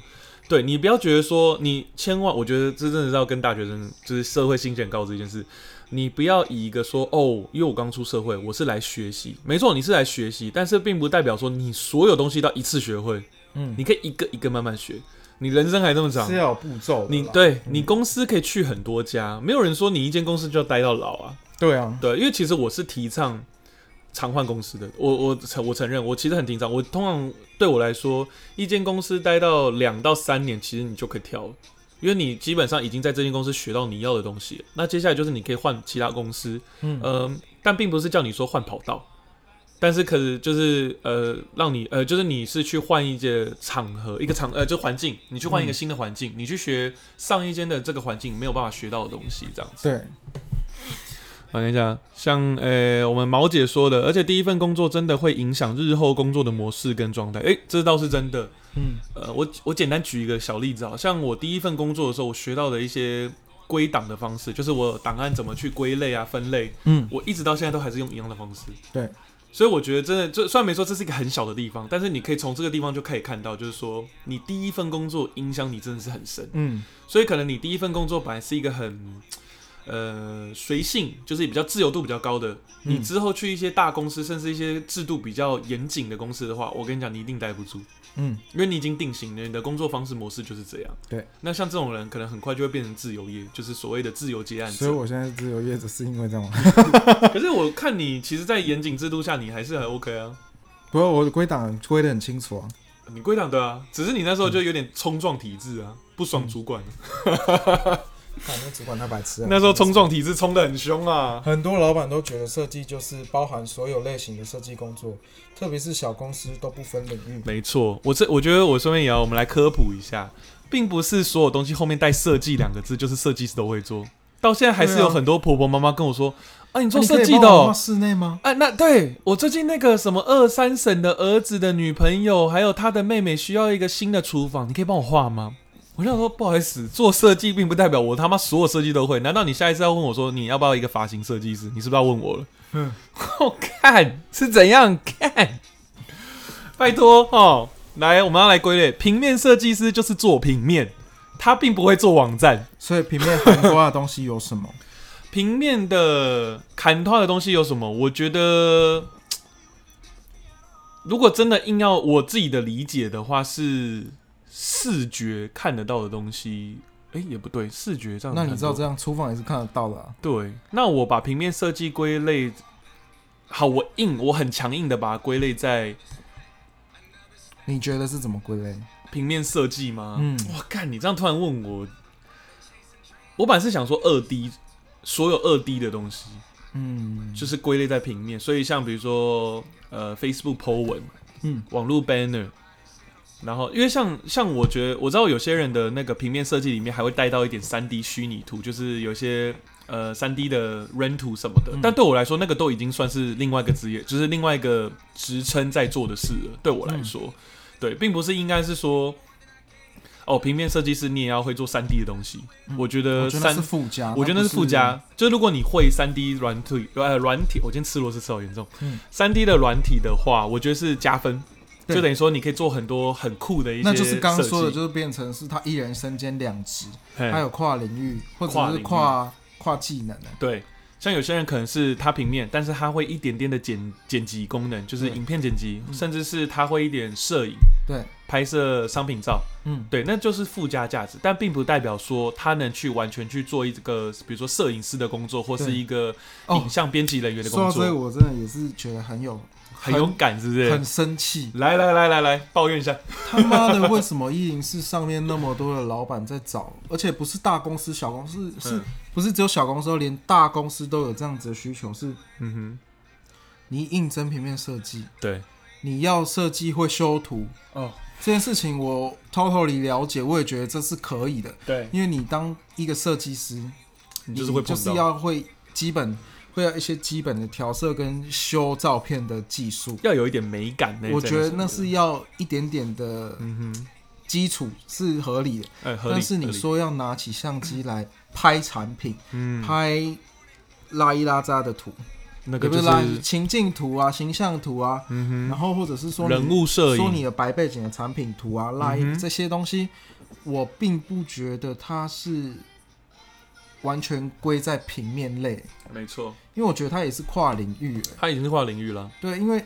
Speaker 2: 对你不要觉得说你千万，我觉得这真的是要跟大学生，就是社会新鲜告知一件事，你不要以一个说哦，因为我刚出社会，我是来学习，没错，你是来学习，但是并不代表说你所有东西都要一次学会，
Speaker 1: 嗯，
Speaker 2: 你可以一个一个慢慢学，你人生还这么长
Speaker 1: 是，啊要有步骤的啦。
Speaker 2: 你对你公司可以去很多家，没有人说你一间公司就要待到老啊，
Speaker 1: 对啊，
Speaker 2: 对，因为其实我是提倡常换公司的，我我承我承认，我其实很提倡。我通常对我来说，一间公司待到两到三年，其实你就可以跳了，因为你基本上已经在这间公司学到你要的东西了。那接下来就是你可以换其他公司，
Speaker 1: 嗯
Speaker 2: 嗯、但并不是叫你说换跑道。但是可是就是呃，让你呃，就是你是去换一些场合，一个场呃，就环境，你去换一个
Speaker 1: 嗯
Speaker 2: 新的环境，你去学上一间的这个环境没有办法学到的东西，这样子。
Speaker 1: 对，
Speaker 2: 我跟你讲，像呃、我们毛姐说的，而且第一份工作真的会影响日后工作的模式跟状态。诶、这倒是真的。
Speaker 1: 嗯
Speaker 2: 呃，我我简单举一个小例子啊，像我第一份工作的时候，我学到的一些归档的方式，就是我档案怎么去归类啊、分类，
Speaker 1: 嗯，
Speaker 2: 我一直到现在都还是用一样的方式。
Speaker 1: 对，
Speaker 2: 所以我觉得真的，这虽然没说这是一个很小的地方，但是你可以从这个地方就可以看到，就是说你第一份工作影响你真的是很深。
Speaker 1: 嗯
Speaker 2: 所以可能你第一份工作本来是一个很呃随性，就是比较自由度比较高的，
Speaker 1: 嗯
Speaker 2: 你之后去一些大公司，甚至一些制度比较严谨的公司的话，我跟你讲，你一定待不住，
Speaker 1: 嗯，
Speaker 2: 因为你已经定型了，你的工作方式模式就是这样。
Speaker 1: 对，
Speaker 2: 那像这种人，可能很快就会变成自由业，就是所谓的自由接案
Speaker 1: 所以
Speaker 2: 者。
Speaker 1: 我现在是自由业者是因为这样吗？
Speaker 2: 可是我看你，其实，在严谨制度下，你还是很 OK 啊。
Speaker 1: 不过我的归档归的很清楚啊，
Speaker 2: 你归档的啊，只是你那时候就有点冲撞体制啊，不爽主管。
Speaker 1: 看那主管他白痴啊
Speaker 2: 那时候冲撞体制冲得很凶啊。
Speaker 1: 很多老板都觉得设计就是包含所有类型的设计工作，特别是小公司都不分领域。
Speaker 2: 没错，我这我觉得我顺便也要我们来科普一下，并不是所有东西后面带设计两个字就是设计师都会做，到现在还是
Speaker 1: 对啊
Speaker 2: 有很多婆婆妈妈跟我说：“啊，你做
Speaker 1: 那你可以
Speaker 2: 设计的
Speaker 1: 帮我
Speaker 2: 哦、
Speaker 1: 画室内吗？
Speaker 2: 哎、那对我最近那个什么二三婶的儿子的女朋友，还有他的妹妹需要一个新的厨房，你可以帮我画吗？我就想说，不好意思，做设计并不代表我他妈所有设计都会。难道你下一次要问我说你要不要一个发型设计师？你是不是要问我了？
Speaker 1: 嗯，
Speaker 2: 我看是怎样看？拜托哦，来，我们要来归类，平面设计师就是做平面，他并不会做网站。
Speaker 1: 所以平面涵盖的东西有什么？
Speaker 2: 平面的砍头的东西有什么？我觉得，如果真的硬要我自己的理解的话，是视觉看得到的东西。哎、也不对，视觉这样。
Speaker 1: 那你知道这？样厨房也是看得到的、啊，
Speaker 2: 对，那我把平面设计归类，好，我硬，我很强硬的把它归类在
Speaker 1: 你觉得是怎么归类？
Speaker 2: 平面设计吗？
Speaker 1: 嗯
Speaker 2: 哇，干，你这样突然问我，我本来是想说二 D，所有二 D 的东西。
Speaker 1: 嗯，
Speaker 2: 就是归类在平面，所以像比如说呃 Facebook po 文，
Speaker 1: 嗯，
Speaker 2: 网络 banner，然后因为像像我觉得我知道有些人的那个平面设计里面还会带到一点3 D 虚拟图，就是有一些呃3 D 的 ren 图什么的，
Speaker 1: 嗯
Speaker 2: 但对我来说那个都已经算是另外一个职业，就是另外一个职称在做的事了。对我来说，
Speaker 1: 嗯
Speaker 2: 对，并不是应该是说。哦，平面设计师你也要会做3 D 的东西，
Speaker 1: 嗯
Speaker 2: 我觉
Speaker 1: 我
Speaker 2: 得
Speaker 1: 觉
Speaker 2: 呃三
Speaker 1: 得是附加，
Speaker 2: 我觉得那
Speaker 1: 啊那
Speaker 2: 是
Speaker 1: 不
Speaker 2: 附加。就是如果你会三 D 软体，呃，软体，我今天吃螺丝吃好严重
Speaker 1: 嗯。
Speaker 2: 三、D 的软体的话，我觉得是加分，
Speaker 1: 对
Speaker 2: 就等于说你可以做很多很酷的一些设
Speaker 1: 那就
Speaker 2: 计。
Speaker 1: 是刚刚说的，就是变成是他一人身兼两职，
Speaker 2: 嘿
Speaker 1: 还有跨领域或
Speaker 2: 跨
Speaker 1: 者
Speaker 2: 领域
Speaker 1: 是跨跨技能的。
Speaker 2: 对，像有些人可能是他平面，但是他会一点点的剪剪辑功能，就是
Speaker 1: 对
Speaker 2: 影片剪辑，
Speaker 1: 嗯
Speaker 2: 甚至是他会一点摄影、
Speaker 1: 对，
Speaker 2: 拍摄商品照。
Speaker 1: 嗯，
Speaker 2: 对，那就是附加价值，但并不代表说他能去完全去做一个，比如说摄影师的工作，或是
Speaker 1: 对
Speaker 2: 一个
Speaker 1: 哦
Speaker 2: 影，像编辑人员的
Speaker 1: 说
Speaker 2: 工
Speaker 1: 到这个，
Speaker 2: 作，
Speaker 1: 我真的也是觉得很有
Speaker 2: 很有感，是不是？。
Speaker 1: 很生气
Speaker 2: 来来来来来，抱怨一下。
Speaker 1: 他妈的，为什么一零四上面那么多的老板在找？而且不是大公司、小公司，是
Speaker 2: 嗯
Speaker 1: 不是只有小公司哦？连大公司都有这样子的需求？是
Speaker 2: 嗯
Speaker 1: 你应征平面设计，
Speaker 2: 哼，对，
Speaker 1: 你要设计会修图
Speaker 2: 哦，
Speaker 1: 这件事情，我 totally 了解，我也觉得这是可以的。
Speaker 2: 对，
Speaker 1: 因为你当一个设计师，
Speaker 2: 你
Speaker 1: 你
Speaker 2: 就是会
Speaker 1: 就
Speaker 2: 碰
Speaker 1: 是
Speaker 2: 到，
Speaker 1: 要会基本会有一些基本的调色跟修照片的技术。
Speaker 2: 要有一点美感呢。
Speaker 1: 我
Speaker 2: 在
Speaker 1: 觉得
Speaker 2: 上
Speaker 1: 那
Speaker 2: 面，
Speaker 1: 是要一点点的
Speaker 2: 嗯哼，
Speaker 1: 基础是合理的，
Speaker 2: 哎，合理。
Speaker 1: 但是
Speaker 2: 合
Speaker 1: 你
Speaker 2: 理，
Speaker 1: 说要拿起相机来拍产品，
Speaker 2: 嗯，
Speaker 1: 拍拉一拉渣的图，
Speaker 2: 那
Speaker 1: 也
Speaker 2: 个
Speaker 1: 不
Speaker 2: 就是
Speaker 1: 拉
Speaker 2: 是，
Speaker 1: 情境图啊、形象图啊，
Speaker 2: 嗯
Speaker 1: 然后或者是说
Speaker 2: 哼，
Speaker 1: 你
Speaker 2: 人物摄
Speaker 1: 说你
Speaker 2: 影，
Speaker 1: 的白背景的产品图啊、拉一
Speaker 2: 嗯哼
Speaker 1: 这些东西，我并不觉得它是完全归在平面类，
Speaker 2: 没错，
Speaker 1: 因为我觉得它也是跨领域的。
Speaker 2: 他已经是跨领域了。
Speaker 1: 对，因为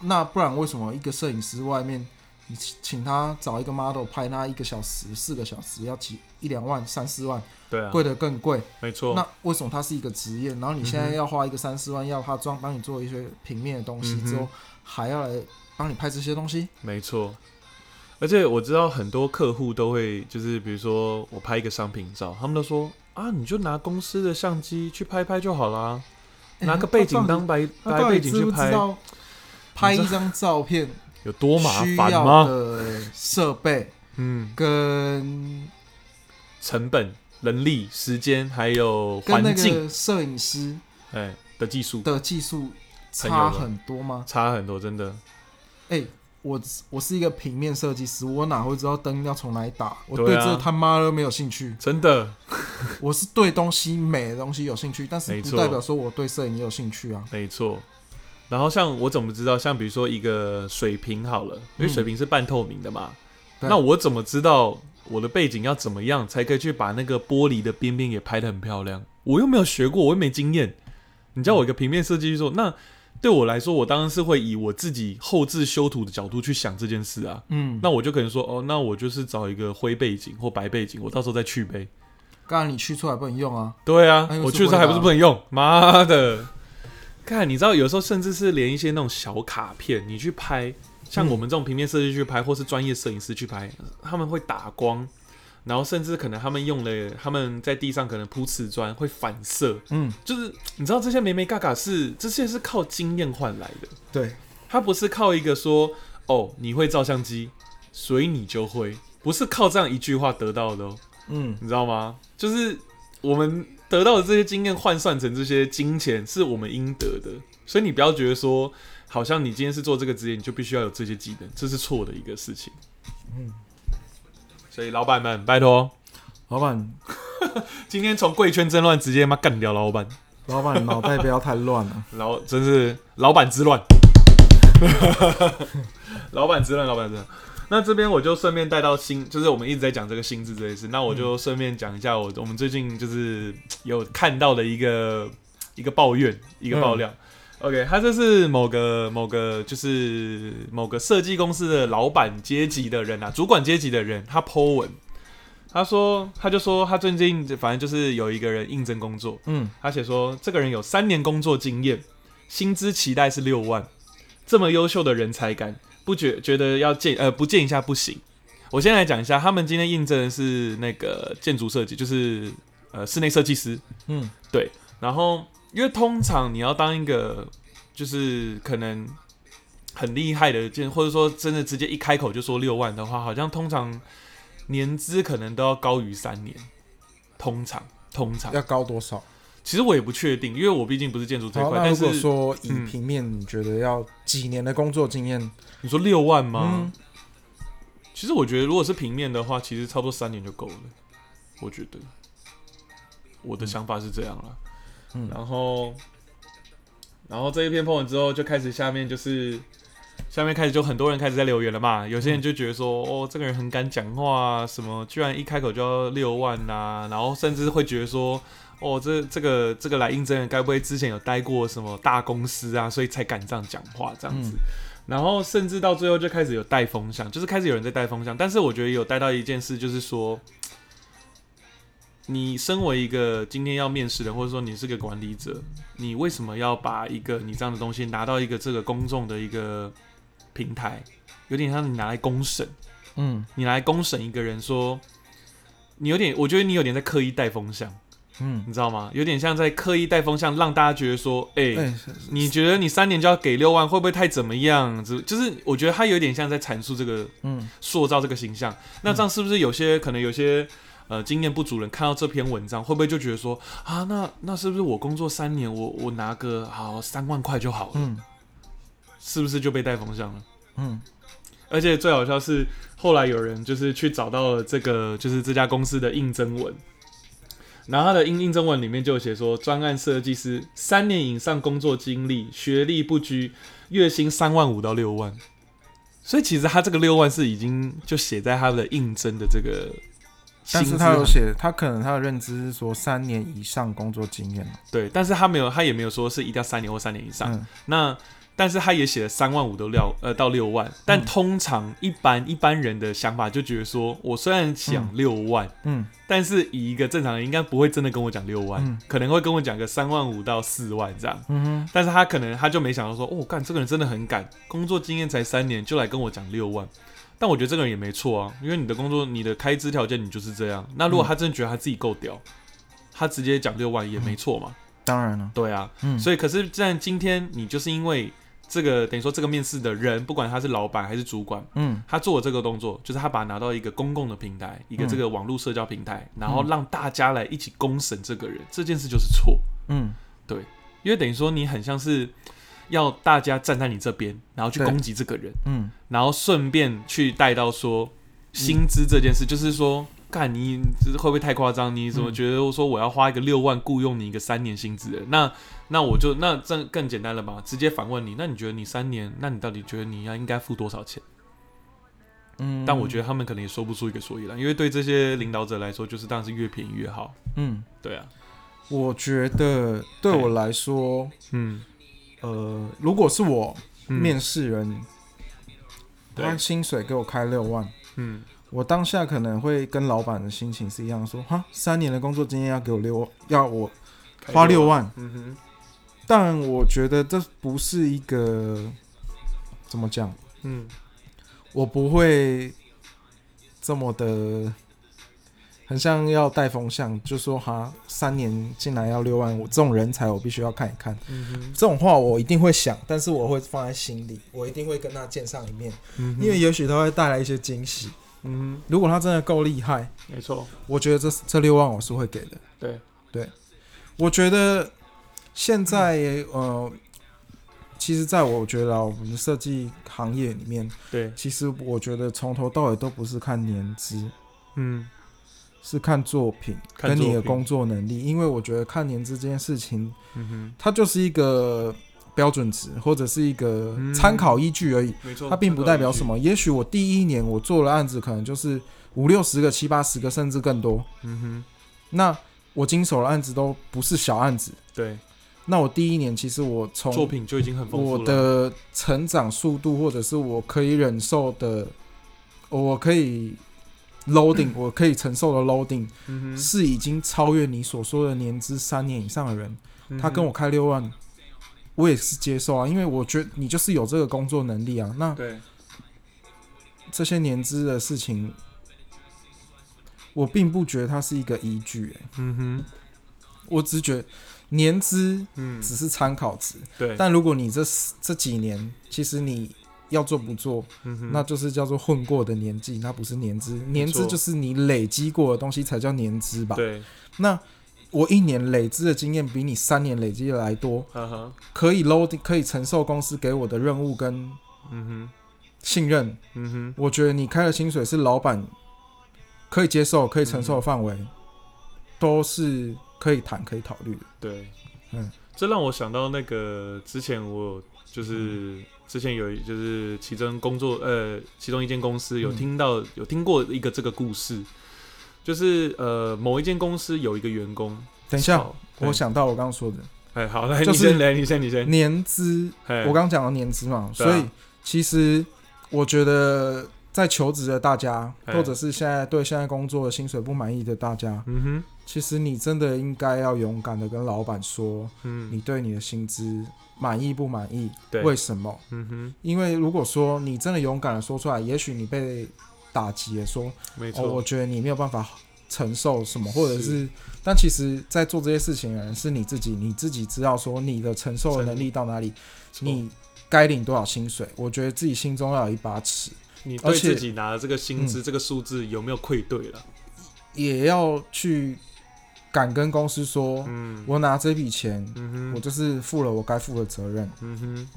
Speaker 1: 那不然为什么一个摄影师外面你请请他找一个 model 拍他一个小时、四个小时要几一两万、三四万，
Speaker 2: 对啊，哦
Speaker 1: 贵的更贵。
Speaker 2: 没错。
Speaker 1: 那为什么它是一个职业？然后你现
Speaker 2: 嗯
Speaker 1: 在
Speaker 2: 哼
Speaker 1: 要花一个三四万，要他装帮你做一些平面的东西
Speaker 2: 嗯哼
Speaker 1: 之后，还要来帮你拍这些东西？
Speaker 2: 没错，而且我知道很多客户都会，就是比如说我拍一个商品照，他们都说啊，你就拿公司的相机去拍拍就好啦，
Speaker 1: 哎
Speaker 2: 拿个背
Speaker 1: 那
Speaker 2: 景
Speaker 1: 到底
Speaker 2: 当白
Speaker 1: 那
Speaker 2: 白
Speaker 1: 到底
Speaker 2: 背景
Speaker 1: 知
Speaker 2: 去
Speaker 1: 不知
Speaker 2: 拍，
Speaker 1: 道拍一张照片
Speaker 2: 有多麻
Speaker 1: 需
Speaker 2: 烦
Speaker 1: 要
Speaker 2: 吗？
Speaker 1: 的设备
Speaker 2: 嗯，
Speaker 1: 跟
Speaker 2: 成本、人力、时间还有
Speaker 1: 跟那
Speaker 2: 环境，
Speaker 1: 个摄影师
Speaker 2: 哎的技术
Speaker 1: 的技术
Speaker 2: 很有
Speaker 1: 差
Speaker 2: 的
Speaker 1: 很多吗？
Speaker 2: 差很多，真的。
Speaker 1: 哎、我我是一个平面设计师，我哪会知道灯要从哪里打？我
Speaker 2: 对
Speaker 1: 对
Speaker 2: 啊
Speaker 1: 这他妈都没有兴趣。
Speaker 2: 真的，
Speaker 1: 我是对东西美的东西有兴趣，但
Speaker 2: 没
Speaker 1: 是不
Speaker 2: 错
Speaker 1: 代表说我对摄影也有兴趣啊。
Speaker 2: 没错。然后像我怎么知道？像比如说一个水瓶好了，因为
Speaker 1: 嗯
Speaker 2: 水瓶是半透明的嘛，
Speaker 1: 对
Speaker 2: 那我怎么知道我的背景要怎么样才可以去把那个玻璃的边边也拍得很漂亮？我又没有学过，我又没经验。你叫我一个平面设计去做，那对我来说，我当然是会以我自己后置修图的角度去想这件事啊。
Speaker 1: 嗯，
Speaker 2: 那我就可能说，哦，那我就是找一个灰背景或白背景，我到时候再去呗。
Speaker 1: 刚才你去出来不能用啊。
Speaker 2: 对啊
Speaker 1: 哎，又
Speaker 2: 我
Speaker 1: 是
Speaker 2: 去的时候还
Speaker 1: 回答
Speaker 2: 不是不能用，妈的！看，你知道有时候甚至是连一些那种小卡片，你去拍，像
Speaker 1: 嗯
Speaker 2: 我们这种平面设计去拍，或是专业摄影师去拍，他们会打光，然后甚至可能他们用了，他们在地上可能铺瓷砖会反射，
Speaker 1: 嗯，
Speaker 2: 就是你知道这些美美嘎嘎是这些是靠经验换来的，
Speaker 1: 对，
Speaker 2: 它不是靠一个说哦你会照相机，所以你就会，不是靠这样一句话得到的哦。
Speaker 1: 嗯，
Speaker 2: 你知道吗？就是我们得到的这些经验换算成这些金钱是我们应得的，所以你不要觉得说，好像你今天是做这个职业，你就必须要有这些技能，这是错的一个事情。
Speaker 1: 嗯
Speaker 2: 所以老板们，拜托，
Speaker 1: 老板，
Speaker 2: 今天从贵圈争乱直接妈干掉老板，
Speaker 1: 老板脑袋不要太乱啊了。
Speaker 2: 老真是老板之乱， 老板之乱，老板之乱。那这边我就顺便带到薪，就是我们一直在讲这个薪资这件事，那我就顺便讲一下我我们最近就是有看到的一个一个抱怨，一个爆料。OK，他这是某个某个就是某个设计公司的老板阶级的人啊，主管阶级的人，他 Po 文，他说他就说他最近反正就是有一个人应征工作，
Speaker 1: 嗯，
Speaker 2: 他写说，这个人有三年工作经验，薪资期待是六万，这么优秀的人才感，不觉觉得要见呃不见一下不行。我先来讲一下，他们今天应征的是那个建筑设计，就是呃室内设计师。
Speaker 1: 嗯，
Speaker 2: 然后因为通常你要当一个就是可能很厉害的建，或者说真的直接一开口就说六万的话，好像通常年资可能都要高于三年，通常通常
Speaker 1: 要高多少？
Speaker 2: 其实我也不确定，因为我毕竟不是建筑这一
Speaker 1: 好，
Speaker 2: 块。
Speaker 1: 那
Speaker 2: 但
Speaker 1: 如果
Speaker 2: 是
Speaker 1: 说以
Speaker 2: 嗯
Speaker 1: 平面，你觉得要几年的工作经验？
Speaker 2: 你说六万吗
Speaker 1: 嗯？，
Speaker 2: 其实我觉得，如果是平面的话，其实差不多三年就够了。我觉得我的想法是这样啦。
Speaker 1: 嗯
Speaker 2: 然后，然后这一篇 po 文之后，就开始下面就是下面开始就很多人开始在留言了嘛。有些人就觉得说，
Speaker 1: 嗯
Speaker 2: 哦，这个人很敢讲话啊，什么居然一开口就要六万呐、然后甚至会觉得说。哦，这这个这个来应征的，该不会之前有待过什么大公司啊，所以才敢这样讲话这样子？然后甚至到最后就开始有带风向，就是开始有人在带风向。但是我觉得有带到一件事，就是说，你身为一个今天要面试的，或者说你是个管理者，你为什么要把一个你这样的东西拿到一个这个公众的一个平台，有点像你拿来公审，
Speaker 1: 嗯
Speaker 2: 你拿来公审一个人说，你有点，我觉得你有点在刻意带风向，
Speaker 1: 嗯，
Speaker 2: 你知道吗？有点像在刻意带风向，让大家觉得说，哎、
Speaker 1: 哎、
Speaker 2: 你觉得你三年就要给六万，会不会太怎么样？就就是我觉得他有点像在阐述这个
Speaker 1: 嗯，
Speaker 2: 塑造这个形象。那这样是不是有些可能有些呃经验不足人看到这篇文章，会不会就觉得说啊，那那是不是我工作三年，我我拿个好三万块就好了？
Speaker 1: 嗯
Speaker 2: 是不是就被带风向了？
Speaker 1: 嗯
Speaker 2: 而且最好笑是，后来有人就是去找到了这个，就是这家公司的应征文，然后他的应应征文里面就有写说，专案设计师三年以上工作经历，学历不拘，月薪三万五到六万。所以其实他这个六万是已经就写在他的应征的这个薪
Speaker 1: 但
Speaker 2: 资啊
Speaker 1: 是
Speaker 2: 行，
Speaker 1: 他有写，他可能他的认知是说三年以上工作经验。
Speaker 2: 对，但是他没有，他也没有说是一啊定要三年或三年以上。
Speaker 1: 嗯
Speaker 2: 那但是他也写了三万五都料呃到六万，但
Speaker 1: 嗯
Speaker 2: 通常一般一般人的想法就觉得说，我虽然讲六万，
Speaker 1: 嗯
Speaker 2: 但是以一个正常人应该不会真的跟我讲六万，
Speaker 1: 嗯
Speaker 2: 可能会跟我讲个三万五到四万这样。
Speaker 1: 嗯哼
Speaker 2: 但是他可能他就没想到说，哦，干这个人真的很敢，工作经验才三年就来跟我讲六万。但我觉得这个人也没错啊，因为你的工作、你的开支条件你就是这样。那
Speaker 1: 嗯
Speaker 2: 如果他真的觉得他自己够屌，他直接讲六万也没错嘛。
Speaker 1: 当然了，
Speaker 2: 对啊，
Speaker 1: 嗯，
Speaker 2: 所以，可是，但今天你就是因为这个，等于说这个面试的人，不管他是老板还是主管，
Speaker 1: 嗯
Speaker 2: 他做了这个动作，就是他把它拿到一个公共的平台，一个
Speaker 1: 嗯
Speaker 2: 这个网络社交平台，然后让大家来一起公审这个人，这件事就是错，
Speaker 1: 嗯
Speaker 2: 因为等于说你很像是要大家站在你这边，然后去
Speaker 1: 对
Speaker 2: 攻击这个人，
Speaker 1: 嗯
Speaker 2: 然后顺便去带到说薪资这件事，就是说。干你这会不会太夸张？你怎么
Speaker 1: 嗯
Speaker 2: 觉得我说我要花一个六万雇佣你一个三年薪资的？那那我就那这样更简单了吧？直接反问你，那你觉得你三年，那你到底觉得你要应该付多少钱？
Speaker 1: 嗯，
Speaker 2: 但我觉得他们可能也说不出一个所以然，因为对这些领导者来说，就是当然是越便宜越好。
Speaker 1: 得，嗯，
Speaker 2: 对啊，
Speaker 1: 我觉得对
Speaker 2: 嘿
Speaker 1: 我来说，
Speaker 2: 嗯，
Speaker 1: 呃，如果是我
Speaker 2: 嗯
Speaker 1: 面试人，
Speaker 2: 对
Speaker 1: 他薪水给我开六万，
Speaker 2: 嗯，
Speaker 1: 我当下可能会跟老板的心情是一样，说哈，三年的工作经验要给我六，要我花六，万。
Speaker 2: 嗯
Speaker 1: 但我觉得这不是一个怎么讲，
Speaker 2: 哼，嗯，
Speaker 1: 我不会这么的，很像要带风向，就说哈，三年进来要六万，我这种人才我必须要看一看。
Speaker 2: 嗯哼，
Speaker 1: 这种话我一定会想，但是我会放在心里，我一定会跟他见上一面，
Speaker 2: 嗯哼
Speaker 1: 因为，也许他会带来一些惊喜。
Speaker 2: 嗯
Speaker 1: 如果他真的够厉害，
Speaker 2: 哼，没错，
Speaker 1: 我觉得这这六万我是会给的。
Speaker 2: 对，
Speaker 1: 对，我觉得现在呃，其实在我觉得啊我们设计行业里面，
Speaker 2: 对，
Speaker 1: 其实我觉得从头到尾都不是看年资，
Speaker 2: 嗯，
Speaker 1: 是看作品
Speaker 2: 看
Speaker 1: 跟你
Speaker 2: 作
Speaker 1: 的
Speaker 2: 品
Speaker 1: 工作能力，因为我觉得看年资这件事情，
Speaker 2: 嗯
Speaker 1: 它就是一个标准值或者是一个
Speaker 2: 嗯
Speaker 1: 参考依据而已。
Speaker 2: 哼，没错，
Speaker 1: 它并不代表什
Speaker 2: 么，
Speaker 1: 么。也许我第一年我做了案子，可能就是五六十个、七八十个，甚至更多。
Speaker 2: 嗯哼，
Speaker 1: 那我经手的案子都不是小案子。
Speaker 2: 对，
Speaker 1: 那我第一年其实我
Speaker 2: 作
Speaker 1: 从
Speaker 2: 品就已经很丰富
Speaker 1: 我
Speaker 2: 了，
Speaker 1: 的成长速度，或者是我可以忍受的，我可以 loading，我可以承受的 loading
Speaker 2: 嗯哼
Speaker 1: 是已经超越你所说的年资三年以上的人，
Speaker 2: 嗯哼，
Speaker 1: 他跟我开六万。我也是接受啊，因为我觉得你就是有这个工作能力啊。那
Speaker 2: 对，
Speaker 1: 这些年资的事情，我并不觉得它是一个依据、欸
Speaker 2: 嗯哼，
Speaker 1: 我只觉得年资
Speaker 2: 嗯，
Speaker 1: 只是参考值。
Speaker 2: 对，
Speaker 1: 但如果你这这几年，其实你要做不做，
Speaker 2: 嗯哼
Speaker 1: 那就是叫做混过的年纪，那不是年资。年
Speaker 2: 没
Speaker 1: 资
Speaker 2: 错
Speaker 1: 就是你累积过的东西才叫年资吧？
Speaker 2: 对，
Speaker 1: 那我一年累积的经验比你三年累积的来多，
Speaker 2: 哈哈，
Speaker 1: 可以 load 可以承受公司给我的任务跟
Speaker 2: 嗯
Speaker 1: 信任，
Speaker 2: 哼，嗯哼，
Speaker 1: 我觉得你开的薪水是老板可以接受、可以承受的范围，都是可以谈、可以讨虑的。
Speaker 2: 对，
Speaker 1: 嗯，
Speaker 2: 这让我想到那个之前我有就是
Speaker 1: 嗯
Speaker 2: 之前有一就是其中工作呃其中一间公司有
Speaker 1: 嗯
Speaker 2: 听到、有听过一个这个故事，就是呃某一间公司有一个员工，
Speaker 1: 等一下，
Speaker 2: 好啊对
Speaker 1: 我想到我刚刚说的
Speaker 2: 哎好来、
Speaker 1: 就是
Speaker 2: 你先来你先你先，
Speaker 1: 年资，
Speaker 2: 哎
Speaker 1: 我刚刚讲到年资嘛，
Speaker 2: 对啊
Speaker 1: 所以其实我觉得在求职的大家，
Speaker 2: 哎
Speaker 1: 或者是现在对现在工作的薪水不满意的大家，
Speaker 2: 嗯哼
Speaker 1: 其实你真的应该要勇敢的跟老板说，
Speaker 2: 嗯
Speaker 1: 你对你的薪资满意不满意？
Speaker 2: 对
Speaker 1: 为什么？
Speaker 2: 嗯哼
Speaker 1: 因为如果说你真的勇敢的说出来，也许你被打击了，说
Speaker 2: 没
Speaker 1: 哦，
Speaker 2: 错、
Speaker 1: 我觉得你没有办法承受什么，或者
Speaker 2: 是
Speaker 1: 是，但其实，在做这些事情的人是你自己，你自己知道说你的承受的能力到哪里，
Speaker 2: 错
Speaker 1: 你该领多少薪水，我觉得自己心中要有一把尺，
Speaker 2: 你
Speaker 1: 而
Speaker 2: 对
Speaker 1: 且嗯
Speaker 2: 自己拿的这个薪资、这个数字有没有愧对了？
Speaker 1: 也要去敢跟公司说，
Speaker 2: 嗯
Speaker 1: 我拿这笔钱，
Speaker 2: 嗯哼
Speaker 1: 我就是负了我该负的责任。
Speaker 2: 嗯哼，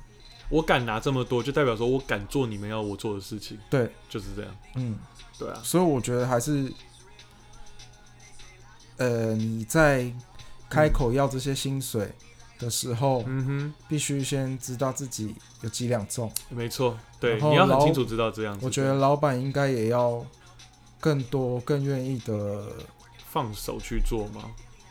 Speaker 2: 我敢拿这么多，就代表说我敢做你们要我做的事情。
Speaker 1: 对，
Speaker 2: 就是这样。
Speaker 1: 嗯，
Speaker 2: 对啊，
Speaker 1: 所以我觉得还是，呃，你在开口要这些薪水的时候，
Speaker 2: 嗯
Speaker 1: 必须先知道自己有几两重。
Speaker 2: 哼，没错，对，
Speaker 1: 然后
Speaker 2: 你要很
Speaker 1: 老
Speaker 2: 清楚知道这样子。
Speaker 1: 我觉得老板应该也要更多、更愿意的，
Speaker 2: 放手去做嘛，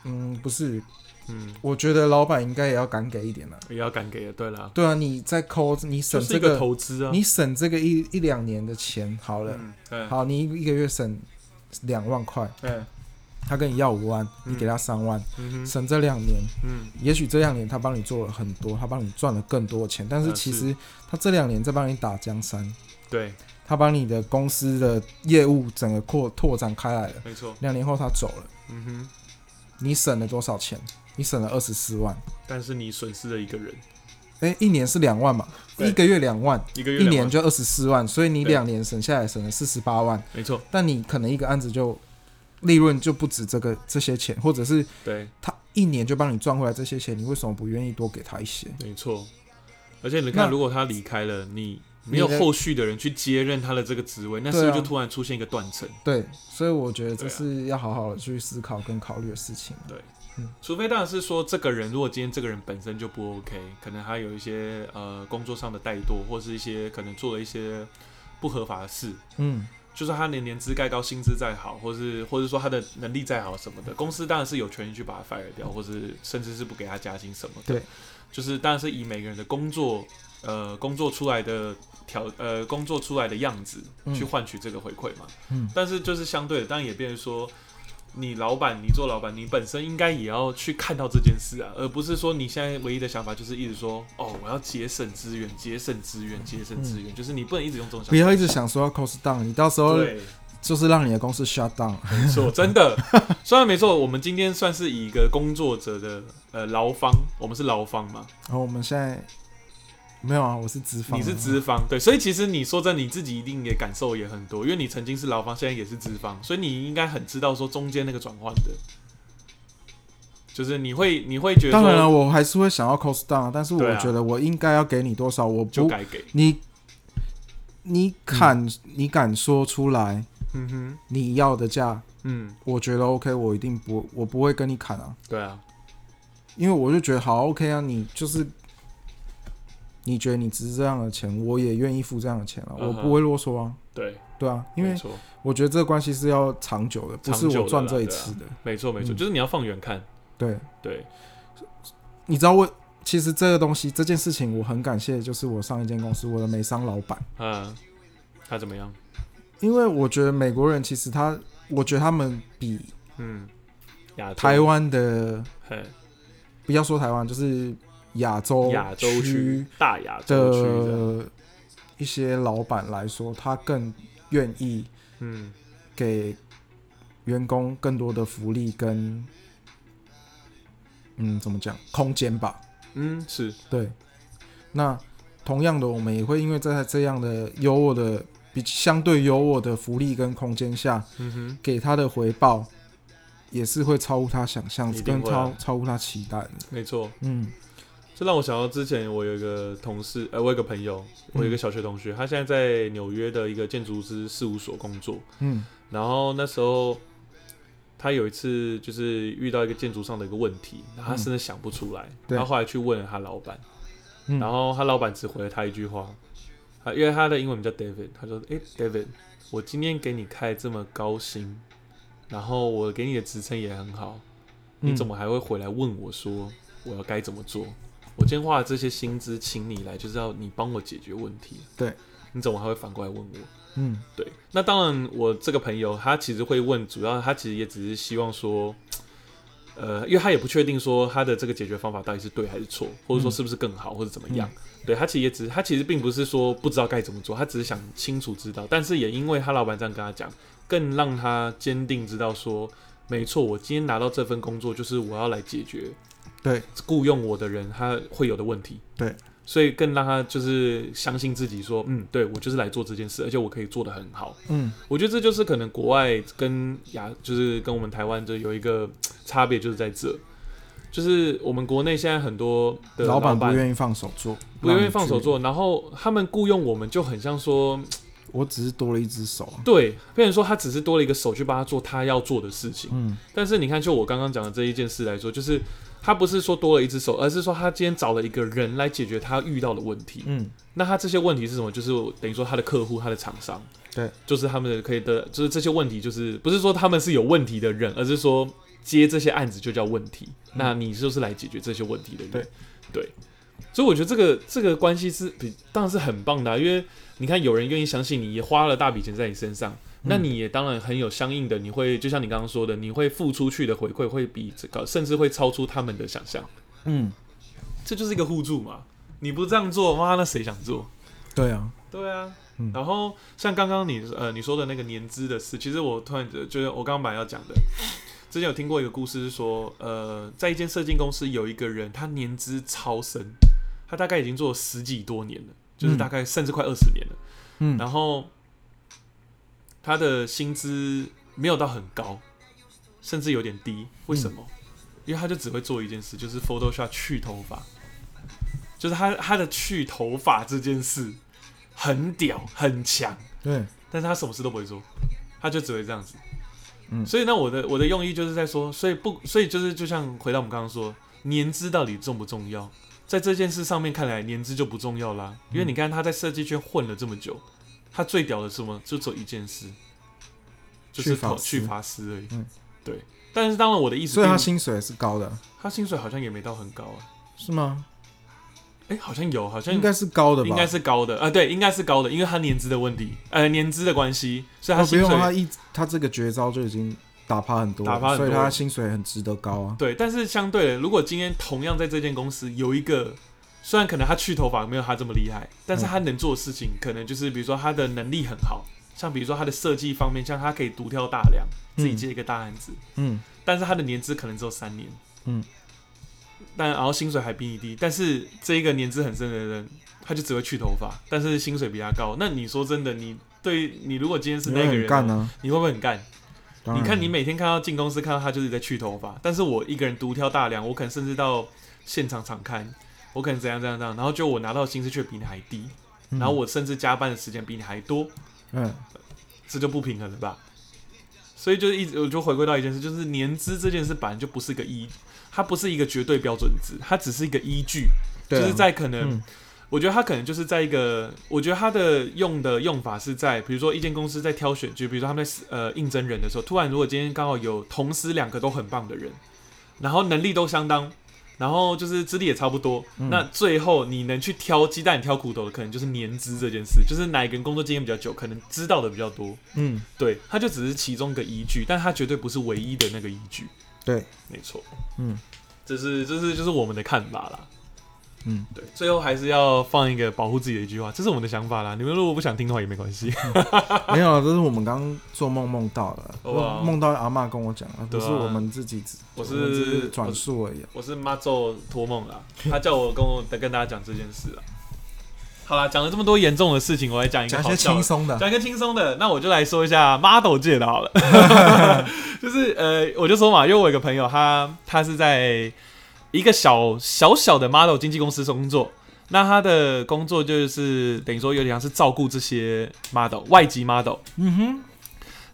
Speaker 1: 嗯，不是，
Speaker 2: 嗯，
Speaker 1: 我觉得老板应该也要敢给一点了。
Speaker 2: 也要敢给的。对啦，
Speaker 1: 对啊，你在抠，你省
Speaker 2: 就是
Speaker 1: 这
Speaker 2: 一个投资啊。
Speaker 1: 你省这个一一两年的钱好了，
Speaker 2: 嗯，嗯，
Speaker 1: 好，你一个月省两万块，
Speaker 2: 嗯
Speaker 1: 他跟你要五万，
Speaker 2: 嗯
Speaker 1: 你给他三万，
Speaker 2: 嗯哼，
Speaker 1: 省这两年，
Speaker 2: 嗯，
Speaker 1: 也许这两年他帮你做了很多，他帮你赚了更多的钱，但是
Speaker 2: 啊
Speaker 1: 其
Speaker 2: 是
Speaker 1: 实他这两年在帮你打江山，
Speaker 2: 对，
Speaker 1: 他把你的公司的业务整个扩拓展开来了。
Speaker 2: 没错，
Speaker 1: 两年后他走了，
Speaker 2: 嗯哼，
Speaker 1: 你省了多少钱？你省了二十四万。
Speaker 2: 但是你损失了一个人，
Speaker 1: 哎、一年是两万嘛，
Speaker 2: 对
Speaker 1: 一个月两万，
Speaker 2: 一个月
Speaker 1: 一
Speaker 2: 两
Speaker 1: 年
Speaker 2: 万，
Speaker 1: 就二十四万，所以你
Speaker 2: 对
Speaker 1: 两年省下来省了四十八万，
Speaker 2: 没错，
Speaker 1: 但你可能一个案子就利润就不止这个这些钱，或者是
Speaker 2: 对，
Speaker 1: 他一年就帮你赚回来这些钱，你为什么不愿意多给他一些？
Speaker 2: 没错。而且你看，
Speaker 1: 那
Speaker 2: 如果他离开了，你没有
Speaker 1: 你的
Speaker 2: 后续的人去接任他的这个职位，那是
Speaker 1: 对啊
Speaker 2: 不是就突然出现一个断层？
Speaker 1: 对，所以我觉得
Speaker 2: 对
Speaker 1: 这
Speaker 2: 啊
Speaker 1: 是要好好的去思考跟考虑的事情。
Speaker 2: 除非当然是说这个人，如果今天这个人本身就不 OK，可能他有一些呃工作上的怠惰，或是一些可能做了一些不合法的事，
Speaker 1: 嗯，
Speaker 2: 就算他年年资盖高，薪资再好，或是或是说他的能力再好什么的，公司当然是有权利去把他 fire 掉，或是甚至是不给他加薪什么的。
Speaker 1: 对，
Speaker 2: 就是当然是以每个人的工作呃工作出来的条呃工作出来的样子
Speaker 1: 嗯
Speaker 2: 去换取这个回馈嘛。
Speaker 1: 嗯
Speaker 2: 但是就是相对的，当然也变成说，你老板，你做老板，你本身应该也要去看到这件事啊，而不是说你现在唯一的想法就是一直说，哦，我要节省资源，节省资源，节
Speaker 1: 嗯
Speaker 2: 省资源，就是你不能一直用这种想
Speaker 1: 不
Speaker 2: 法。
Speaker 1: 要一直想说要 cost down，你到时候
Speaker 2: 对，
Speaker 1: 就是让你的公司 shut down。
Speaker 2: 没错，真的。虽然没错，我们今天算是以一个工作者的呃劳方，我们是劳方嘛，
Speaker 1: 然后我们现在没有啊，我是资方，
Speaker 2: 你是资方，对，所以其实你说真的，你自己一定也感受也很多，因为你曾经是劳方，现在也是资方，所以你应该很知道说中间那个转换的。就是你会你会觉得
Speaker 1: 当然了，
Speaker 2: 说
Speaker 1: 我还是会想要 cost down，但是
Speaker 2: 对
Speaker 1: 我
Speaker 2: 啊
Speaker 1: 觉得我应该要给你多少，我
Speaker 2: 就
Speaker 1: 不
Speaker 2: 该给，
Speaker 1: 你你敢、你敢说出来
Speaker 2: 嗯哼，
Speaker 1: 你要的价，
Speaker 2: 嗯，
Speaker 1: 我觉得 OK，我一定不我不会跟你砍啊，
Speaker 2: 对啊，
Speaker 1: 因为我就觉得好 OK 啊，你就是你觉得你值这样的钱，我也愿意付这样的钱了、
Speaker 2: 嗯哼
Speaker 1: 我不会啰嗦啊，
Speaker 2: 对，
Speaker 1: 对啊，因
Speaker 2: 没
Speaker 1: 为
Speaker 2: 错
Speaker 1: 我觉得这个关系是要长久的，不是
Speaker 2: 长久的
Speaker 1: 我
Speaker 2: 啦
Speaker 1: 赚这一次的，
Speaker 2: 没错没错，
Speaker 1: 嗯
Speaker 2: 就是你要放远看，
Speaker 1: 对，
Speaker 2: 对，啊
Speaker 1: 你知道我。其实这个东西，这件事情我很感谢，就是我上一间公司我的美商老板，
Speaker 2: 嗯，他怎么样？
Speaker 1: 因为我觉得美国人其实他，我觉得他们比
Speaker 2: 嗯，亚洲
Speaker 1: 台，湾的，
Speaker 2: 嘿
Speaker 1: 不要说台湾，就是亚洲
Speaker 2: 亚洲区
Speaker 1: 区
Speaker 2: 大亚洲区的，
Speaker 1: 的一些老板来说，他更愿意
Speaker 2: 嗯，
Speaker 1: 给员工更多的福利跟，嗯，怎么讲，空间吧。
Speaker 2: 嗯，是，
Speaker 1: 对，那同样的，我们也会因为在这样的优渥的、比相对优渥的福利跟空间下，
Speaker 2: 嗯哼，
Speaker 1: 给他的回报也是会超乎他想象，
Speaker 2: 一
Speaker 1: 跟
Speaker 2: 定会啊
Speaker 1: 超超乎他期待的。
Speaker 2: 没错，
Speaker 1: 嗯
Speaker 2: 这让我想到之前我有一个同事，呃，我有一个朋友，我有一个小学同学，他现在在纽约的一个建筑师事务所工作，
Speaker 1: 嗯
Speaker 2: 然后那时候他有一次就是遇到一个建筑上的一个问题，然后他真的想不出来，
Speaker 1: 对
Speaker 2: 他后来去问了他老板，
Speaker 1: 嗯，
Speaker 2: 然后他老板只回了他一句话，他因为他的英文名叫 David，他说：“诶 d a v i d 我今天给你开这么高薪，然后我给你的职称也很好，你
Speaker 1: 嗯
Speaker 2: 怎么还会回来问我说我要该怎么做？我今天花了这些薪资请你来，就是要你帮我解决问题。
Speaker 1: 对，
Speaker 2: 你怎么还会反过来问我？
Speaker 1: 嗯
Speaker 2: 对，那当然，我这个朋友他其实会问，主要他其实也只是希望说，呃，因为他也不确定说他的这个解决方法到底是对还是错，或者说
Speaker 1: 嗯
Speaker 2: 是不是更好，或者怎么样。对他其实也只是他其实并不是说不知道该怎么做，他只是想清楚知道。但是也因为他老板这样跟他讲，更让他坚定知道说，没错，我今天拿到这份工作就是我要来解决
Speaker 1: 对
Speaker 2: 雇佣我的人他会有的问题。
Speaker 1: 对，
Speaker 2: 所以更让他就是相信自己说，嗯，对我就是来做这件事，而且我可以做得很好。
Speaker 1: 嗯
Speaker 2: 我觉得这就是可能国外跟亚，就是跟我们台湾就有一个差别，就是在这，就是我们国内现在很多的
Speaker 1: 老
Speaker 2: 板
Speaker 1: 板不愿意放手做，
Speaker 2: 不愿意放手，做，然后他们雇佣我们就很像说，
Speaker 1: 我只是多了一只手啊。
Speaker 2: 对，变成说他只是多了一个手去帮他做他要做的事情。
Speaker 1: 嗯
Speaker 2: 但是你看，就我刚刚讲的这一件事来说，就是他不是说多了一只手，而是说他今天找了一个人来解决他遇到的问题。
Speaker 1: 嗯，
Speaker 2: 那他这些问题是什么？就是等于说他的客户、他的厂商，
Speaker 1: 对，
Speaker 2: 就是他们的可以的，就是这些问题，就是不是说他们是有问题的人，而是说接这些案子就叫问题。那你就是来解决这些问题的人，
Speaker 1: 嗯对
Speaker 2: 对所以我觉得这个这个关系是比当然是很棒的、啊，因为你看有人愿意相信你，也花了大笔钱在你身上，
Speaker 1: 嗯
Speaker 2: 那你也当然很有相应的，你会就像你刚刚说的，你会付出去的回馈会比这个甚至会超出他们的想象，
Speaker 1: 嗯，
Speaker 2: 这就是一个互助嘛。你不这样做，妈那谁想做？
Speaker 1: 对啊，
Speaker 2: 对啊，
Speaker 1: 嗯
Speaker 2: 然后像刚刚你呃你说的那个年资的事，其实我突然觉得，就是哦我刚刚本来要讲的，之前有听过一个故事是说，呃，在一间设计公司有一个人，他年资超深，他大概已经做了十几多年了，就是大概甚至快二十年了，
Speaker 1: 嗯
Speaker 2: 然后他的薪资没有到很高，甚至有点低，为什么？
Speaker 1: 嗯
Speaker 2: 因为他就只会做一件事，就是 Photoshop 去头发，就是他他的去头发这件事。很屌很强，
Speaker 1: 对，
Speaker 2: 但是他什么事都不会做，他就只会这样子。
Speaker 1: 嗯
Speaker 2: 所以呢，我的我的用意就是在说，所以不，所以就是就像回到我们刚刚说，年资到底重不重要？在这件事上面看来，年资就不重要啦，因为你看他在设计圈混了这么久，他最屌的是什么？就只有一件事，就是
Speaker 1: 去法
Speaker 2: 投
Speaker 1: 师
Speaker 2: 去法师而已。
Speaker 1: 嗯
Speaker 2: 对。但是当然，我的意思并，
Speaker 1: 所以他薪水是高的，啊
Speaker 2: 他薪水好像也没到很高啊，
Speaker 1: 是吗？
Speaker 2: 哎、好像有，好像
Speaker 1: 应该是高的吧？哦
Speaker 2: 应该是高的啊、对，应该是高的，因为他年资的问题，呃，年资的关系，所以他
Speaker 1: 哦不
Speaker 2: 薪
Speaker 1: 用
Speaker 2: 水
Speaker 1: 他一他这个绝招就已经打趴很多了，
Speaker 2: 打趴很多
Speaker 1: 所以他薪水很值得高啊。
Speaker 2: 对，但是相对的，如果今天同样在这间公司有一个，虽然可能他去头发没有他这么厉害，但是他能做的事情可能就是，比如说他的能力很好，像比如说他的设计方面，像他可以独挑大梁，自己接一个大案子，
Speaker 1: 嗯
Speaker 2: 但是他的年资可能只有三年，
Speaker 1: 嗯，
Speaker 2: 但然后薪水还比你低，但是这一个年资很深的人，他就只会去头发，但是薪水比他高，那你说真的，你对你如果今天是
Speaker 1: 因
Speaker 2: 那
Speaker 1: 为
Speaker 2: 个
Speaker 1: 很
Speaker 2: 人，
Speaker 1: 干啊，
Speaker 2: 你会不会很干？
Speaker 1: 当
Speaker 2: 你
Speaker 1: 然
Speaker 2: 看，你每天看到进公司看到他就是在去头发，但是我一个人独挑大梁，我可能甚至到现场场看，我可能怎样怎样怎样，然后就我拿到的薪资却比你还低，
Speaker 1: 嗯
Speaker 2: 然后我甚至加班的时间比你还多，
Speaker 1: 嗯
Speaker 2: 这就不平衡了吧？所以就是一直我就回归到一件事，就是年资这件事本来就不是个依，它不是一个绝对标准值，它只是一个依据，
Speaker 1: 对啊
Speaker 2: 就是在可能
Speaker 1: 嗯
Speaker 2: 我觉得他可能就是在一个，我觉得他的用的用法是在，比如说一间公司在挑选，就比如说他们在呃应征人的时候，突然如果今天刚好有同时两个都很棒的人，然后能力都相当，然后就是资历也差不多，
Speaker 1: 嗯
Speaker 2: 那最后你能去挑鸡蛋挑骨头的，可能就是年资这件事，就是哪一个人工作经验比较久，可能知道的比较多，
Speaker 1: 嗯，
Speaker 2: 对，他就只是其中一个依据，但他绝对不是唯一的那个依据，
Speaker 1: 对，
Speaker 2: 没错，
Speaker 1: 嗯，
Speaker 2: 这是这是就是我们的看法啦。
Speaker 1: 嗯，
Speaker 2: 对，最后还是要放一个保护自己的一句话，这是我们的想法啦。你们如果不想听的话也没关系，
Speaker 1: 没有，啊这是我们刚刚做梦梦到了，
Speaker 2: 哦 哇
Speaker 1: 梦梦到阿嬷跟我讲，而不
Speaker 2: 对啊
Speaker 1: 是我们自己只，
Speaker 2: 我是
Speaker 1: 们只转述而已。
Speaker 2: 我是妈咒托梦啦，他叫我跟我跟大家讲这件事啦。好啦，讲了这么多严重的事情，我来讲一个
Speaker 1: 讲一
Speaker 2: 好
Speaker 1: 些
Speaker 2: 笑的
Speaker 1: 轻松的，
Speaker 2: 讲一个轻松的，那我就来说一下 model 界的好了， 就是呃，我就说嘛，因为我有一个朋友，他他是在一个小小小的 model 经纪公司工作，那他的工作就是等于说有点像是照顾这些 model 外籍 model，
Speaker 1: 嗯哼，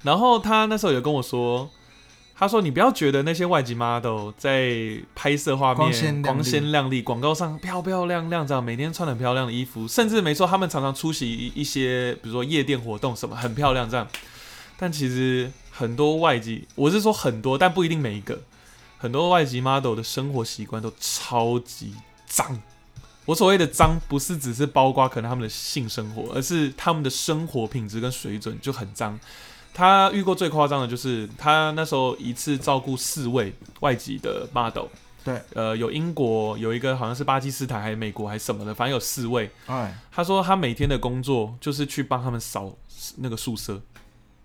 Speaker 2: 然后他那时候有跟我说，他说你不要觉得那些外籍 model 在拍摄画面
Speaker 1: 光鲜亮丽
Speaker 2: 光鲜亮丽，广告上漂漂亮亮这样，每天穿很漂亮的衣服，甚至没错，他们常常出席一些比如说夜店活动什么，很漂亮这样。但其实很多外籍，我是说很多，但不一定每一个，很多外籍 model 的生活习惯都超级脏。我所谓的脏，不是只是包括可能他们的性生活，而是他们的生活品质跟水准就很脏。他遇过最夸张的就是他那时候一次照顾四位外籍的 model，
Speaker 1: 对，
Speaker 2: 呃，有英国，有一个好像是巴基斯坦，还是美国，还是什么的，反正有四位。
Speaker 1: 哎，
Speaker 2: 他说他每天的工作就是去帮他们扫那个宿舍，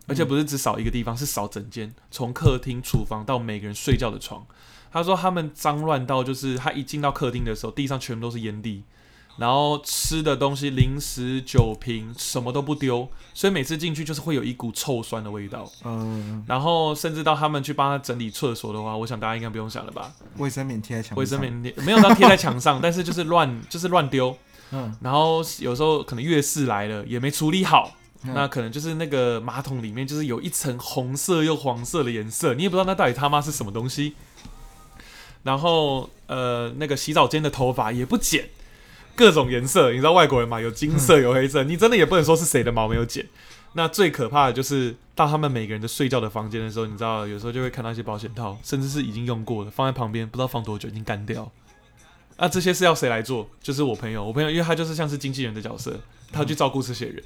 Speaker 2: 而且不是只扫一个地方，是扫整间，从客厅、厨房到每个人睡觉的床。他说他们脏乱到就是他一进到客厅的时候，地上全部都是烟蒂，然后吃的东西、零食、酒瓶什么都不丢，所以每次进去就是会有一股臭酸的味道。
Speaker 1: 呃，
Speaker 2: 然后甚至到他们去帮他整理厕所的话，我想大家应该不用想了吧？
Speaker 1: 卫生棉贴在墙上，
Speaker 2: 卫生，棉贴没有到贴在墙上，但是就是乱就是乱丢，
Speaker 1: 嗯，
Speaker 2: 然后有时候可能月事来了也没处理好，
Speaker 1: 嗯
Speaker 2: 那可能就是那个马桶里面就是有一层红色又黄色的颜色，你也不知道那到底他妈是什么东西。然后呃，那个洗澡间的头发也不剪，各种颜色，你知道外国人嘛，有金色有黑色，
Speaker 1: 嗯
Speaker 2: 你真的也不能说是谁的毛没有剪。那最可怕的就是到他们每个人的睡觉的房间的时候，你知道有时候就会看到一些保险套，甚至是已经用过的放在旁边，不知道放多久已经干掉。那、啊这些是要谁来做？就是我朋友，我朋友因为他就是像是经纪人的角色，他去照顾这些人，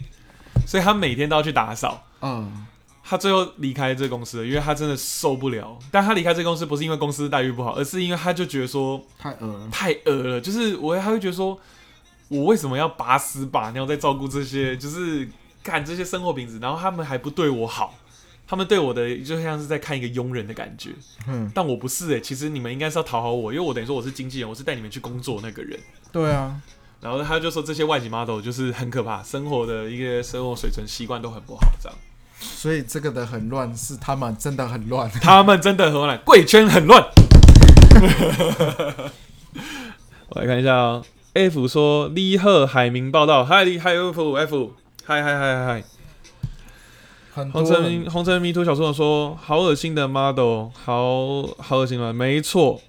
Speaker 2: 所以他每天都要去打扫。
Speaker 1: 嗯，
Speaker 2: 他最后离开这个公司了，因为他真的受不了。但他离开这个公司不是因为公司待遇不好，而是因为他就觉得说
Speaker 1: 太恶了，
Speaker 2: 太恶了，就是我还会觉得说，我为什么要拔屎拔尿在照顾这些，就是看这些生活品质，然后他们还不对我好，他们对我的就像是在看一个佣人的感觉，
Speaker 1: 嗯，
Speaker 2: 但我不是诶、欸其实你们应该是要讨好我，因为我等于说我是经纪人，我是带你们去工作那个人。
Speaker 1: 对啊，
Speaker 2: 然后他就说这些外籍 model 就是很可怕，生活的一个生活水准习惯都很不好，这样
Speaker 1: 所以这个的很乱，是他们真的很乱，
Speaker 2: 他们真的很乱，贵圈很乱。 我来看一下哦，F 说李贺海明报道，嗨嗨 F F，嗨嗨嗨嗨。
Speaker 1: 很多
Speaker 2: 红
Speaker 1: 人
Speaker 2: 尘红尘迷途小说友说：“好恶心的 model，好好恶心啊！没错，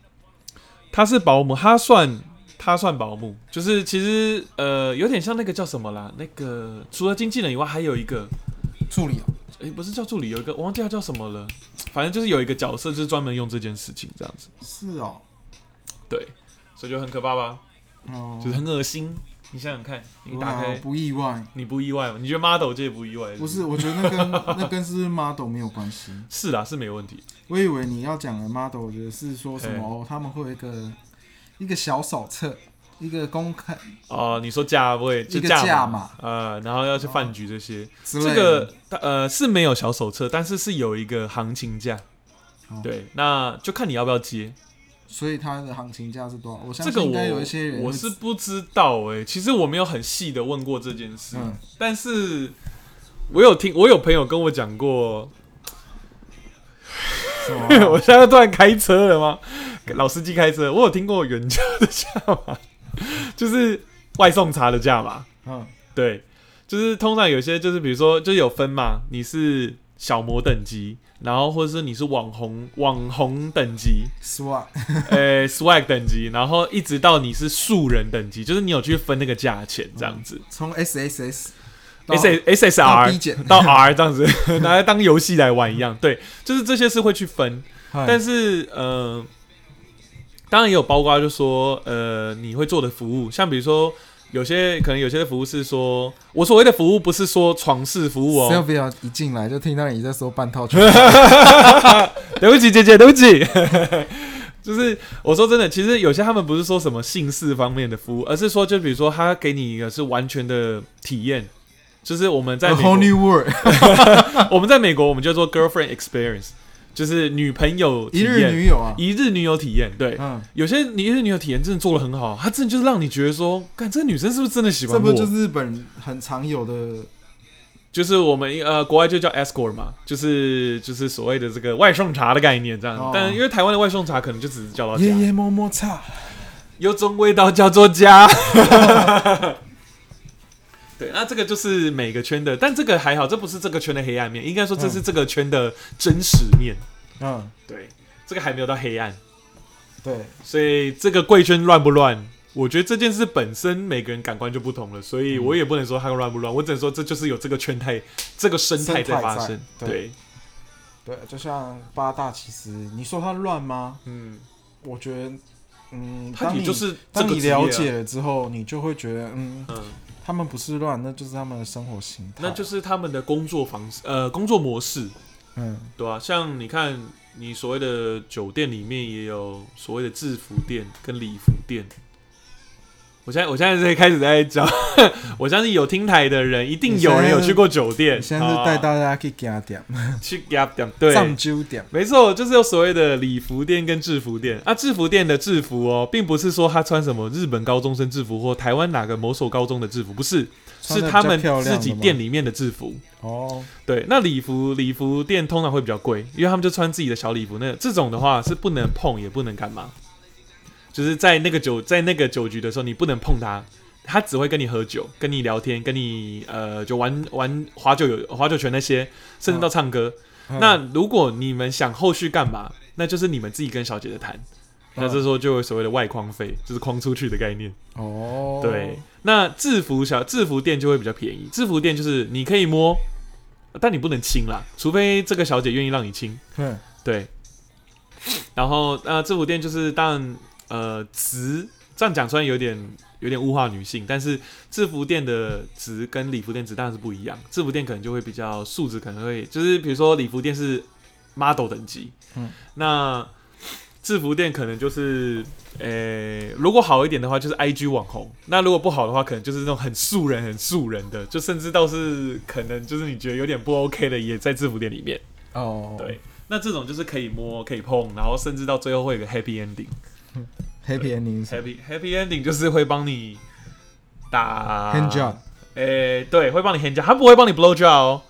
Speaker 2: 她是保姆，她算她算保姆，就是其实呃有点像那个叫什么啦，那个除了经纪人以外，还有一个
Speaker 1: 助理哦，
Speaker 2: 诶、不是叫助理，有一个我忘记他叫什么了，反正就是有一个角色就是专门用这件事情这样子，
Speaker 1: 是哦，
Speaker 2: 对，所以就很可怕吧，
Speaker 1: 哦，
Speaker 2: 就是很恶心。你想想看，你打
Speaker 1: 哇
Speaker 2: 开，
Speaker 1: 不意外，你
Speaker 2: 你不意外吗？你觉得 model 界不意外？
Speaker 1: 不是，我觉得那 跟那跟是不是 model 没有关系。
Speaker 2: 是啦，是没问题。
Speaker 1: 我以为你要讲的 model，我觉得是说什
Speaker 2: 哎
Speaker 1: 么、哦，他们会有一个一个小手册，一个公开
Speaker 2: 哦，你说价位就
Speaker 1: 一个
Speaker 2: 价
Speaker 1: 价
Speaker 2: 嘛
Speaker 1: 嘛，哦
Speaker 2: 呃，然后要去饭局这些，
Speaker 1: 之类
Speaker 2: 这
Speaker 1: 的。
Speaker 2: 个呃是没有小手册，但是是有一个行情价
Speaker 1: 哦。
Speaker 2: 对，那就看你要不要接。
Speaker 1: 所以它的行情价是多少？我相
Speaker 2: 这个
Speaker 1: 信应
Speaker 2: 我
Speaker 1: 该有一些人会
Speaker 2: 我是 不知道哎、其实我没有很细的问过这件事，
Speaker 1: 嗯
Speaker 2: 但是我有听，我有朋友跟我讲过，
Speaker 1: 什么
Speaker 2: 我现在突然开车了吗？老司机开车，我有听过原价的价码，就是外送茶的价码。
Speaker 1: 嗯
Speaker 2: 对，就是通常有些就是比如说就是有分嘛，你是小模等级，然后或者是你是网红网红等级，
Speaker 1: ，SWAT
Speaker 2: 呃 swag 等级，然后一直到你是素人等级，就是你有去分那个价钱这样子。
Speaker 1: 从 SSS 到
Speaker 2: S S S
Speaker 1: 嗯到
Speaker 2: R
Speaker 1: B 减，
Speaker 2: 到 R 这样子，拿来当游戏来玩一样。对，就是这些是会去分。但
Speaker 1: 是
Speaker 2: 是呃，当然也有包括，就说呃，你会做的服务，像比如说有些可能有些的服务是说，我所谓的服务不是说床事服务哦，
Speaker 1: Sylvia 一进来就听到你在说半套圈，
Speaker 2: 对不起姐姐，对不起。 就是我说真的，其实有些他们不是说什么性事方面的服务，而是说就比如说他给你一个是完全的体验，就是我们
Speaker 1: A
Speaker 2: 在美国
Speaker 1: whole new world，
Speaker 2: 我们在美国我们叫做 girlfriend experience，就是女朋友体
Speaker 1: 一日
Speaker 2: 验，
Speaker 1: 女友啊，
Speaker 2: 一日女友体验，对，
Speaker 1: 嗯，
Speaker 2: 有些你日女友体验真的做的很好，她真的就是让你觉得说，看这个女生是不是真的喜欢
Speaker 1: 这
Speaker 2: 我？
Speaker 1: 不就是日本很常有的
Speaker 2: 就是我们呃国外就叫 escort 嘛，就是就是所谓的这个外送茶的概念这样。
Speaker 1: 哦
Speaker 2: 但因为台湾的外送茶可能就只是叫到家，
Speaker 1: 爷爷摸摸擦？
Speaker 2: 有种味道叫做家。 对，那这个就是每个圈的，但这个还好，这不是这个圈的黑暗面，应该说这是这个圈的真实面。
Speaker 1: 嗯，
Speaker 2: 对，这个还没有到黑暗。
Speaker 1: 对，
Speaker 2: 所以这个贵圈乱不乱？我觉得这件事本身每个人感官就不同了，所以我也不能说它乱不乱，我只能说这就是有这个圈态、这个生态在发
Speaker 1: 生
Speaker 2: 生
Speaker 1: 态。在对
Speaker 2: 对，
Speaker 1: 对，就像八大，其实你说它乱吗？
Speaker 2: 嗯，
Speaker 1: 我觉得，嗯，
Speaker 2: 它
Speaker 1: 当
Speaker 2: 也
Speaker 1: 你
Speaker 2: 就是这
Speaker 1: 当
Speaker 2: 个
Speaker 1: 你
Speaker 2: 职业啊
Speaker 1: 了解，了之后，你就会觉得，嗯，
Speaker 2: 嗯，
Speaker 1: 他们不是乱，那就是他们的生活形态，
Speaker 2: 那就是他们的工作方式，呃，工作模式，
Speaker 1: 嗯，
Speaker 2: 对吧、像你看，你所谓的酒店里面也有所谓的制服店跟礼服店。我现在我现在在开始在讲， 我相信有听台的人一定有人有去过酒店，
Speaker 1: 你现在是带
Speaker 2: 啊
Speaker 1: 大家去加点，
Speaker 2: 去 gap 点啊对
Speaker 1: 上酒点，
Speaker 2: 没错，就是有所谓的礼服店跟制服店啊。制服店的制服哦，并不是说他穿什么日本高中生制服或台湾哪个某所高中的制服，不是，
Speaker 1: 穿
Speaker 2: 是
Speaker 1: 得比较
Speaker 2: 他们
Speaker 1: 漂亮
Speaker 2: 自
Speaker 1: 的
Speaker 2: 己
Speaker 1: 吗
Speaker 2: 店里面的制服。
Speaker 1: 哦，
Speaker 2: 对，那礼服礼服店通常会比较贵，因为他们就穿自己的小礼服。那这种的话是不能碰，也不能干嘛，就是在那个酒在那个酒局的时候，你不能碰它，它只会跟你喝酒、跟你聊天、跟你呃就玩玩划酒有划酒拳那些，甚至到唱歌。
Speaker 1: 嗯
Speaker 2: 那如果你们想后续干嘛，那就是你们自己跟小姐姐谈。
Speaker 1: 嗯
Speaker 2: 那这时候就有所谓的外框费，就是框出去的概念。
Speaker 1: 哦，
Speaker 2: 对，，那制服小制服店就会比较便宜。制服店就是你可以摸，但你不能亲啦，除非这个小姐愿意让你亲。
Speaker 1: 嗯，
Speaker 2: 对，然后那、呃制服店就是当然呃值这样讲虽然有点有点物化女性，但是制服店的值跟礼服店值当然是不一样。制服店可能就会比较素质，可能会就是比如说礼服店是 model 等级，
Speaker 1: 嗯，
Speaker 2: 那制服店可能就是呃、如果好一点的话就是 IG 网红，那如果不好的话，可能就是那种很素人、很素人的，就甚至倒是可能就是你觉得有点不 OK 的，也在制服店里面。
Speaker 1: 哦，
Speaker 2: 对，那这种就是可以摸、可以碰，然后甚至到最后会有个 happy ending。Uh,
Speaker 1: ，Happy ending，
Speaker 2: happy happy ending 就是会帮你打
Speaker 1: hand job，
Speaker 2: 诶、对，会帮你 hand job，他不会帮你 blow job 哦，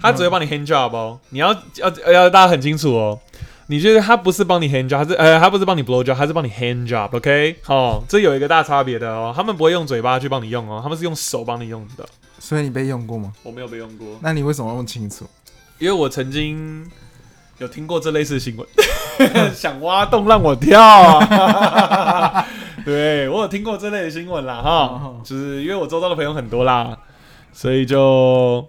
Speaker 2: 他只会帮你 hand job 哦。你要要要大家很清楚哦，你觉得他不是帮你 hand job，他是呃他不是帮你 blow job，他是帮你 hand job，OK？、哦，这有一个大差别的哦，他们不会用嘴巴去帮你用哦，他们是用手帮你用的。
Speaker 1: 所以你被用过吗？
Speaker 2: 我没有被用过，
Speaker 1: 那你为什么问清楚？
Speaker 2: 因为我曾经有听过这类似 的新闻，想挖洞让我跳、 啊。对我有听过这类的新闻啦，哈
Speaker 1: 哦，
Speaker 2: 就是因为我周遭的朋友很多啦，所以就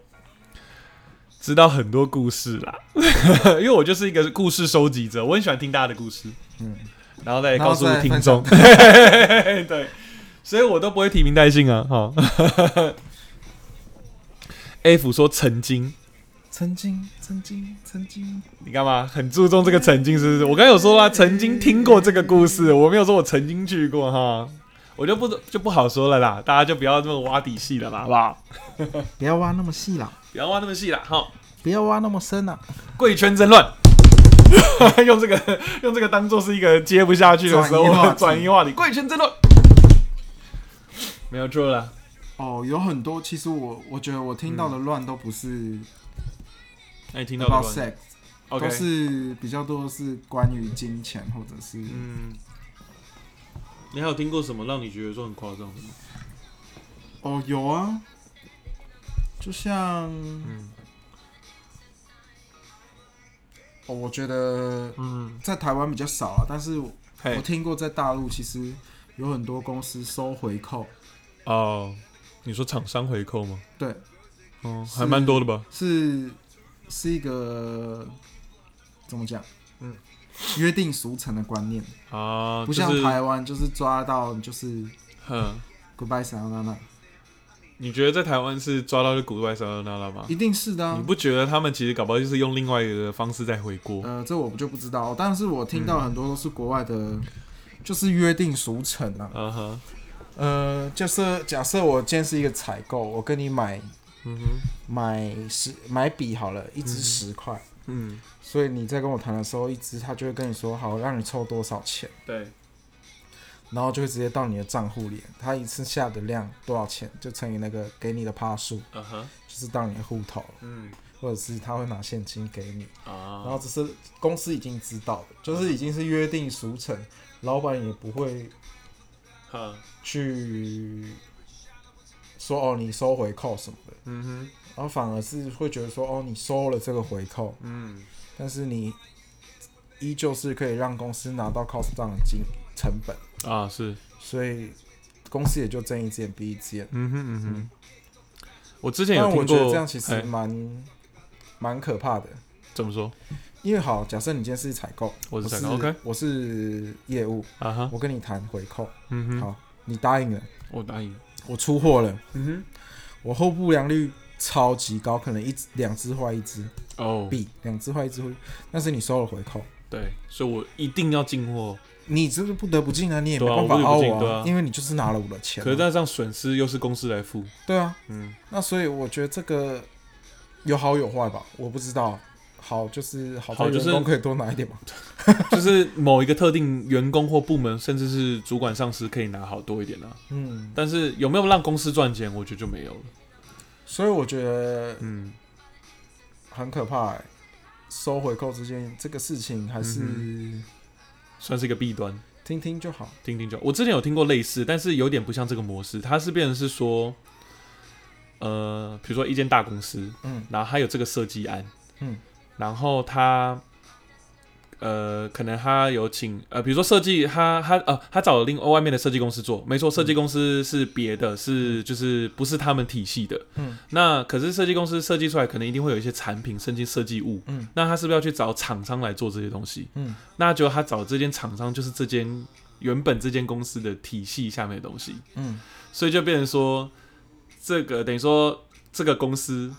Speaker 2: 知道很多故事啦。 因为我就是一个故事收集者，我很喜欢听大家的故事，
Speaker 1: 嗯，
Speaker 2: 然后再
Speaker 1: 然后
Speaker 2: 告诉
Speaker 1: 再
Speaker 2: 听
Speaker 1: 分
Speaker 2: 众
Speaker 1: 享。
Speaker 2: 对，所以我都不会提名带姓啊，哈。F 说曾经，
Speaker 1: 曾经，曾经，曾经，
Speaker 2: 你干嘛？很注重这个曾经是不是？我刚才有说啦，曾经听过这个故事，我没有说我曾经去过哈，我就不就不好说了啦，大家就不要这么挖底细了啦，好不好？
Speaker 1: 不要挖那么细啦，
Speaker 2: 不要挖那么细啦，哈。
Speaker 1: 不要挖那么深啊啦，
Speaker 2: 贵圈争乱， 用这个用这个当做是一个接不下去的时候
Speaker 1: 转移话题
Speaker 2: 转移话题，贵圈争乱，没有错了，
Speaker 1: 哦，有很多，其实我我觉得我听到的乱都不是
Speaker 2: 嗯那你听到
Speaker 1: about
Speaker 2: 哎了吗？
Speaker 1: sex，
Speaker 2: OK，
Speaker 1: 都是比较多是关于金钱或者是
Speaker 2: 嗯，你还有听过什么让你觉得说很夸张的吗？
Speaker 1: 哦有啊，就像
Speaker 2: 嗯
Speaker 1: 哦我觉得
Speaker 2: 嗯，
Speaker 1: 在台湾比较少啊，但是我
Speaker 2: 嘿
Speaker 1: 我听过在大陆其实有很多公司收回扣，
Speaker 2: 哦，你说厂商回扣吗？
Speaker 1: 对，
Speaker 2: 哦，
Speaker 1: 是
Speaker 2: 还蛮多的吧？
Speaker 1: 是是一个怎么讲？
Speaker 2: 嗯，
Speaker 1: 约定俗成的观念，
Speaker 2: 啊，
Speaker 1: 不
Speaker 2: 就
Speaker 1: 像
Speaker 2: 是
Speaker 1: 台湾就是抓到就是
Speaker 2: 嗯，
Speaker 1: goodbye sayonara，
Speaker 2: 哦你觉得在台湾是抓到就古怪啥的那了吗？
Speaker 1: 一定是的、啊。
Speaker 2: 你不觉得他们其实搞不好就是用另外一个方式在回锅？
Speaker 1: 呃，这我就不知道，但是我听到很多都是国外的，就是约定俗成啊。
Speaker 2: 嗯哼，
Speaker 1: 呃，就是假设我今天是一个采购，我跟你买
Speaker 2: 嗯哼，
Speaker 1: 买十买笔好了，一支
Speaker 2: 嗯
Speaker 1: 十块，
Speaker 2: 嗯，
Speaker 1: 所以你在跟我谈的时候，一支他就会跟你说好，让你凑多少钱，
Speaker 2: 对，
Speaker 1: 然后就会直接到你的账户里，他一次下的量多少钱就乘以那个给你的趴数，
Speaker 2: 嗯哼，
Speaker 1: 就是到你的户头，
Speaker 2: 嗯
Speaker 1: 或者是他会拿现金给你。然后
Speaker 2: 啊，
Speaker 1: 这是公司已经知道的，就是已经是约定俗成，老板也不会
Speaker 2: 哈，
Speaker 1: 去说哦你收回扣什么的，
Speaker 2: 嗯哼，
Speaker 1: 然后反而是会觉得说哦你收了这个回扣，
Speaker 2: 嗯，
Speaker 1: 但是你依旧是可以让公司拿到 cost down 的金成本，
Speaker 2: 啊是，
Speaker 1: 所以公司也就睁一只眼闭一只眼。
Speaker 2: 嗯哼嗯哼，我之前有
Speaker 1: 但
Speaker 2: 听
Speaker 1: 我
Speaker 2: 过，
Speaker 1: 觉得这样其实
Speaker 2: 哎
Speaker 1: 蛮蛮可怕的，
Speaker 2: 怎么说？
Speaker 1: 因为好，假设你今天是采购，
Speaker 2: 我是
Speaker 1: 我
Speaker 2: 采
Speaker 1: 是
Speaker 2: 购，OK，
Speaker 1: 我是业务，
Speaker 2: 啊哈，
Speaker 1: 我跟你谈回扣，
Speaker 2: 嗯哼，
Speaker 1: 好你答应了，
Speaker 2: 我答应，
Speaker 1: 我出货了，
Speaker 2: 嗯
Speaker 1: 我后不良率超级高，可能一只两只坏一只，
Speaker 2: 哼，哦，
Speaker 1: B 两只坏一只会，但是你收了回扣，
Speaker 2: 对，所以我一定要进货，
Speaker 1: 你这个不得不进啊，你也没
Speaker 2: 对啊
Speaker 1: 办法
Speaker 2: 我不得不
Speaker 1: 凹
Speaker 2: 进
Speaker 1: 我
Speaker 2: 对啊
Speaker 1: 因为你就是拿了我的钱啊、
Speaker 2: 可是那这样损失又是公司来付，
Speaker 1: 对啊，
Speaker 2: 嗯
Speaker 1: 那所以我觉得这个有好有坏吧，我不知道。好就是好，
Speaker 2: 好
Speaker 1: 在
Speaker 2: 就
Speaker 1: 员
Speaker 2: 是
Speaker 1: 工可以多拿一点嘛。
Speaker 2: 就是某一个特定员工或部门，甚至是主管上司可以拿好多一点啦、
Speaker 1: 嗯，
Speaker 2: 但是有没有让公司赚钱，我觉得就没有了。
Speaker 1: 所以我觉得
Speaker 2: 嗯，
Speaker 1: 很可怕、欸。收回扣之间这个事情还是
Speaker 2: 嗯算是一个弊端。
Speaker 1: 听听就好。
Speaker 2: 听听就好，我之前有听过类似，但是有点不像这个模式，它是变成是说，呃，比如说一间大公司，
Speaker 1: 嗯
Speaker 2: 然后它有这个设计案，
Speaker 1: 嗯，
Speaker 2: 然后它。呃，可能他有请呃，比如说设计，他他呃，他找了另外面的设计公司做，没
Speaker 1: 嗯
Speaker 2: 错，设计公司是别的，是就是不是他们体系的，
Speaker 1: 嗯
Speaker 2: 那可是设计公司设计出来，可能一定会有一些产品，甚至设计物。
Speaker 1: 嗯
Speaker 2: 那他是不是要去找厂商来做这些东西？
Speaker 1: 嗯
Speaker 2: 那就他找这间厂商，就是这间原本这间公司的体系下面的东西，
Speaker 1: 嗯
Speaker 2: 所以就变成说，这个等于说这个公司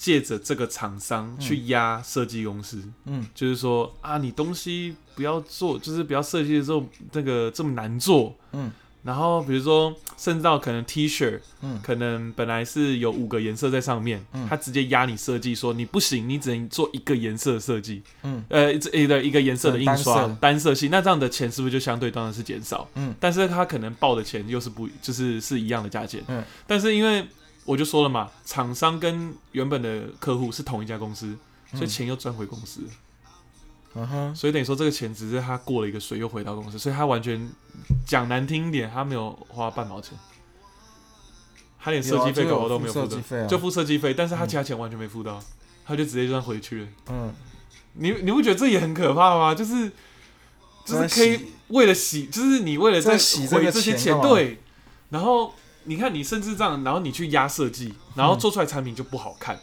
Speaker 2: 借着这个厂商去压设计公司，
Speaker 1: 嗯
Speaker 2: 就是说啊，你东西不要做，就是不要设计的时候那个这么难做。
Speaker 1: 嗯
Speaker 2: 然后比如说，甚至到可能 T 恤
Speaker 1: 嗯
Speaker 2: 可能本来是有五个颜色在上面，
Speaker 1: 嗯
Speaker 2: 他直接压你设计说你不行，你只能做一个颜色的设计，
Speaker 1: 嗯
Speaker 2: 呃，一一个一个颜色的印刷
Speaker 1: 单色
Speaker 2: 单色系，那这样的钱是不是就相对当然是减少？
Speaker 1: 嗯，
Speaker 2: 但是他可能报的钱又是不就是是一样的价钱，
Speaker 1: 嗯，
Speaker 2: 但是因为我就说了嘛，厂商跟原本的客户是同一家公司，所以钱又赚回公司，
Speaker 1: 嗯哼，
Speaker 2: 所以等于说这个钱只是他过了一个水又回到公司，所以他完全讲难听一点，他没有花半毛钱，他连设
Speaker 1: 有啊
Speaker 2: 计费
Speaker 1: 这个
Speaker 2: 搞不好都
Speaker 1: 付
Speaker 2: 没有
Speaker 1: 设
Speaker 2: 付的
Speaker 1: 计，费啊，
Speaker 2: 就付设计费，但是他
Speaker 1: 嗯
Speaker 2: 其他钱完全没付到，他就直接这样回去了。
Speaker 1: 嗯，
Speaker 2: 你你不觉得这也很可怕吗？就是就是
Speaker 1: 在
Speaker 2: 可以
Speaker 1: 洗
Speaker 2: 为了洗，就是你为了
Speaker 1: 在
Speaker 2: 再
Speaker 1: 洗这
Speaker 2: 回
Speaker 1: 个
Speaker 2: 这些
Speaker 1: 钱
Speaker 2: 钱，
Speaker 1: 干嘛
Speaker 2: 对，然后你看你甚至这样，然后你去压设计，然后
Speaker 1: 嗯
Speaker 2: 做出来产品就不好看。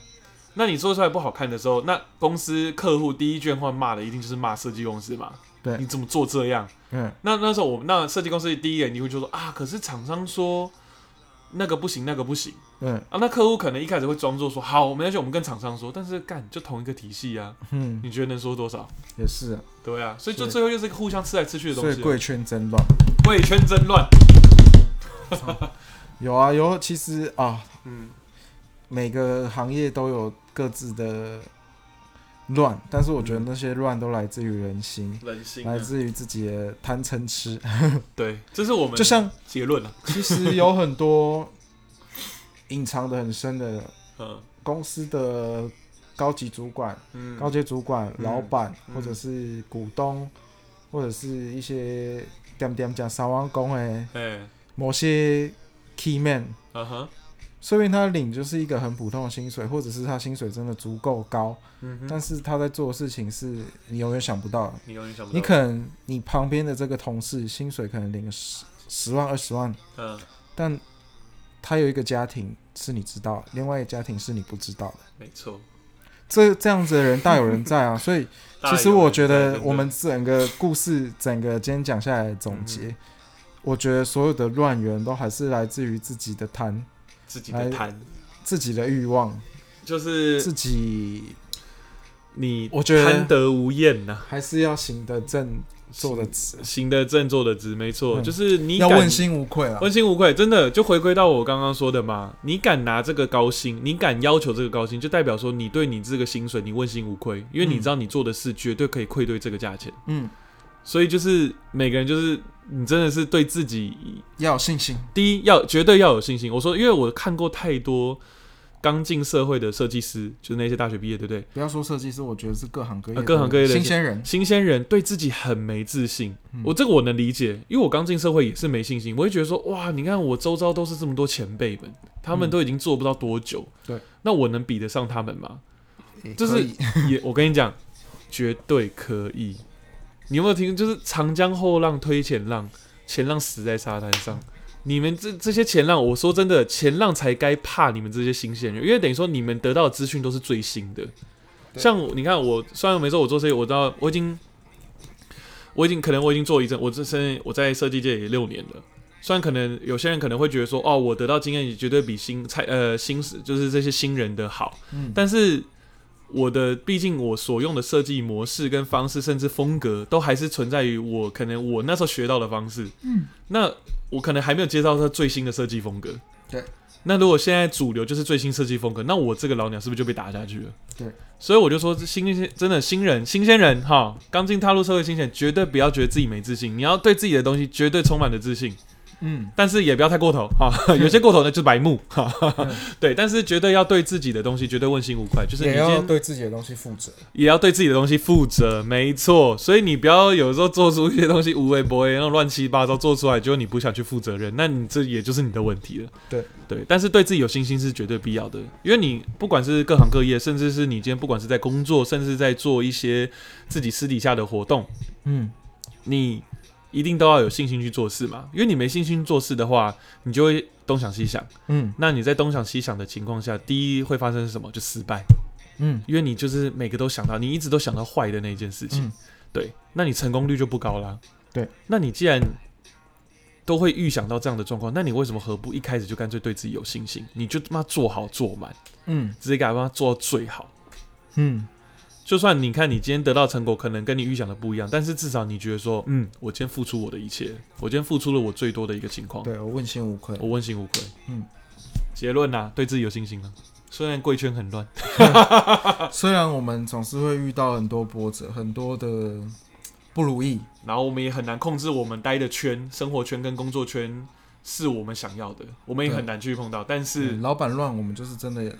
Speaker 2: 那你做出来不好看的时候，那公司客户第一句话骂的一定就是骂设计公司嘛？
Speaker 1: 对
Speaker 2: 你怎么做这样？
Speaker 1: 嗯
Speaker 2: 那那时候我们那设计公司第一眼你会就说啊，可是厂商说那个不行，那个不行
Speaker 1: 嗯
Speaker 2: 啊。那客户可能一开始会装作说好，没关系，我们跟厂商说，但是干就同一个体系啊，
Speaker 1: 嗯，
Speaker 2: 你觉得能说多少？
Speaker 1: 也是啊，
Speaker 2: 对啊，所以就
Speaker 1: 所以
Speaker 2: 最后就是一个互相吃来吃去的
Speaker 1: 所
Speaker 2: 东
Speaker 1: 以
Speaker 2: 西，啊
Speaker 1: 贵圈真乱。
Speaker 2: 贵圈争乱。
Speaker 1: 有啊有，其实啊，
Speaker 2: 嗯，
Speaker 1: 每个行业都有各自的乱，但是我觉得那些乱都来自于人心，
Speaker 2: 人性、嗯啊
Speaker 1: 来，自于自己的贪嗔痴。
Speaker 2: 对，这是我们
Speaker 1: 就像
Speaker 2: 结论了、啊。
Speaker 1: 其实有很多隐藏的很深的
Speaker 2: 嗯
Speaker 1: 公司的高级主管、
Speaker 2: 嗯
Speaker 1: 高阶主管、
Speaker 2: 嗯
Speaker 1: 老板
Speaker 2: 嗯
Speaker 1: 或者是股东，或者是一些点点讲三王公诶
Speaker 2: 哎，
Speaker 1: 某些 key man，
Speaker 2: 嗯哼，
Speaker 1: 说明他领就是一个很普通的薪水，或者是他薪水真的足够高，
Speaker 2: 嗯哼，
Speaker 1: 但是他在做的事情是你永远想不到的。
Speaker 2: 你永远想不到，
Speaker 1: 你可能你旁边的这个同事薪水可能领个十十万二十万，
Speaker 2: 嗯，
Speaker 1: 但他有一个家庭是你知道，另外一个家庭是你不知道的。
Speaker 2: 没错。
Speaker 1: 这这样子的人大有人在啊， 所以其实我觉
Speaker 2: 大有人
Speaker 1: 得
Speaker 2: 在
Speaker 1: 我们整个故事，整个今天讲下来的总结，
Speaker 2: 嗯
Speaker 1: 我觉得所有的乱源都还是来自于自己的贪、
Speaker 2: 真的自己的贪，
Speaker 1: 自己的欲望、
Speaker 2: 就是
Speaker 1: 自己，
Speaker 2: 你
Speaker 1: 我觉得
Speaker 2: 贪得无厌呐，
Speaker 1: 还是要行得正，坐得直，
Speaker 2: 行得正，坐得直，没错，
Speaker 1: 嗯
Speaker 2: 就是你
Speaker 1: 要
Speaker 2: 敢
Speaker 1: 问心无愧啊。
Speaker 2: 问心无愧，真的就回归到我刚刚说的嘛，你敢拿这个高薪，你敢要求这个高薪，就代表说你对你这个薪水你问心无愧，因为你
Speaker 1: 嗯
Speaker 2: 知道你做的事绝对可以愧对这个价钱，
Speaker 1: 嗯，
Speaker 2: 所以就是每个人就是你真的是对自己
Speaker 1: 要有信心。
Speaker 2: 第一要绝对要有信心。我说，因为我看过太多刚进社会的设计师，就是那些大学毕业，对不对？
Speaker 1: 不要说设计师，我觉得是各行各业的、
Speaker 2: 呃各行各业的
Speaker 1: 新鲜人。
Speaker 2: 新鲜人对自己很没自信，
Speaker 1: 嗯
Speaker 2: 我这个我能理解，因为我刚进社会也是没信心，我会觉得说，哇，你看我周遭都是这么多前辈们，他
Speaker 1: 嗯
Speaker 2: 们都已经做不到多久，
Speaker 1: 对，
Speaker 2: 那我能比得上他们吗？
Speaker 1: 也
Speaker 2: 就是
Speaker 1: 可以
Speaker 2: 也，我跟你讲，绝对可以。你有没有听？就是长江后浪推前浪，前浪死在沙滩上。你们这这些前浪，我说真的，前浪才该怕你们这些新鲜人，因为等于说你们得到的资讯都是最新的。
Speaker 1: 对
Speaker 2: 像我你看我，虽然没说我做这些，我知道我已经，我已经可能我已经做一阵，我这身我在设计界也六年了。虽然可能有些人可能会觉得说，哦，我得到经验也绝对比新菜呃新就是这些新人的好，
Speaker 1: 嗯，
Speaker 2: 但是我的毕竟我所用的设计模式跟方式，甚至风格，都还是存在于我可能我那时候学到的方式。
Speaker 1: 嗯，
Speaker 2: 那我可能还没有接到它最新的设计风格。
Speaker 1: 对。
Speaker 2: 那如果现在主流就是最新设计风格，那我这个老鸟是不是就被打下去了？
Speaker 1: 对。
Speaker 2: 所以我就说，这新鲜真的新人新鲜人哈，刚进踏入社会新鲜，绝对不要觉得自己没自信，你要对自己的东西绝对充满了自信。
Speaker 1: 嗯，
Speaker 2: 但是也不要太过头 哈，有些过头呢就是白目哈，
Speaker 1: 嗯
Speaker 2: 对，但是绝对要对自己的东西绝对问心无愧，就是你
Speaker 1: 也
Speaker 2: 今
Speaker 1: 要
Speaker 2: 天
Speaker 1: 对自己的东西负责。
Speaker 2: 也要对自己的东西负责，没错。所以你不要有时候做出一些东西无微不微，然后乱七八糟做出来，就你不想去负责任，那你这也就是你的问题了。
Speaker 1: 对
Speaker 2: 对，但是对自己有信心是绝对必要的，因为你不管是各行各业，甚至是你今天不管是在工作，甚至在做一些自己私底下的活动，
Speaker 1: 嗯，
Speaker 2: 你一定都要有信心去做事嘛。因为你没信心做事的话，你就会东想西想。
Speaker 1: 嗯
Speaker 2: 那你在东想西想的情况下，第一会发生什么？就失败。
Speaker 1: 嗯
Speaker 2: 因为你就是每个都想到，你一直都想到坏的那一件事情，
Speaker 1: 嗯
Speaker 2: 对，那你成功率就不高啦。
Speaker 1: 对，
Speaker 2: 那你既然都会预想到这样的状况，那你为什么何不一开始就干脆对自己有信心？你就他妈做好做满，
Speaker 1: 嗯
Speaker 2: 直接给他妈做到最好。
Speaker 1: 嗯，
Speaker 2: 就算你看你今天得到成果，可能跟你预想的不一样，但是至少你觉得说，嗯，我今天付出我的一切，我今天付出了我最多的一个情况，
Speaker 1: 对我问心无愧。
Speaker 2: 我问心无愧。
Speaker 1: 嗯，
Speaker 2: 结论呐、对自己有信心啊。虽然贵圈很乱，哦
Speaker 1: 虽然我们总是会遇到很多波折，很多的不如意，
Speaker 2: 然后我们也很难控制我们待的圈、生活圈跟工作圈是我们想要的，我们也
Speaker 1: 对
Speaker 2: 很难去碰到。但
Speaker 1: 嗯
Speaker 2: 是
Speaker 1: 老板乱，我们就是真的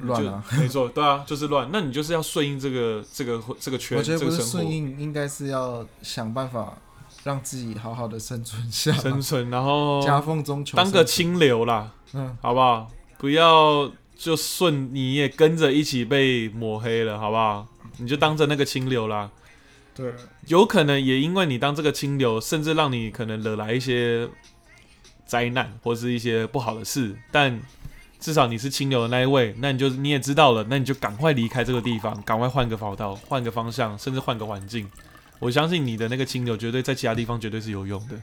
Speaker 1: 乱啊。
Speaker 2: 就，没错，对啊，就是乱。那你就是要顺应这个、这个、这个圈，
Speaker 1: 我觉得
Speaker 2: 这
Speaker 1: 不
Speaker 2: 个
Speaker 1: 是
Speaker 2: 生
Speaker 1: 顺
Speaker 2: 活
Speaker 1: 应，应该是要想办法让自己好好的生存下来，
Speaker 2: 生存，然后
Speaker 1: 夹缝中求
Speaker 2: 当个
Speaker 1: 啊生
Speaker 2: 清流啦，
Speaker 1: 嗯，
Speaker 2: 好不好？不要就顺你也跟着一起被抹黑了，好不好？你就当着那个清流啦。
Speaker 1: 对，
Speaker 2: 有可能也因为你当这个清流，甚至让你可能惹来一些灾难或是一些不好的事，但至少你是清流的那一位，那你就你也知道了，那你就赶快离开这个地方，赶快换个跑道，换个方向，甚至换个环境。我相信你的那个清流绝对在其他地方绝对是有用的。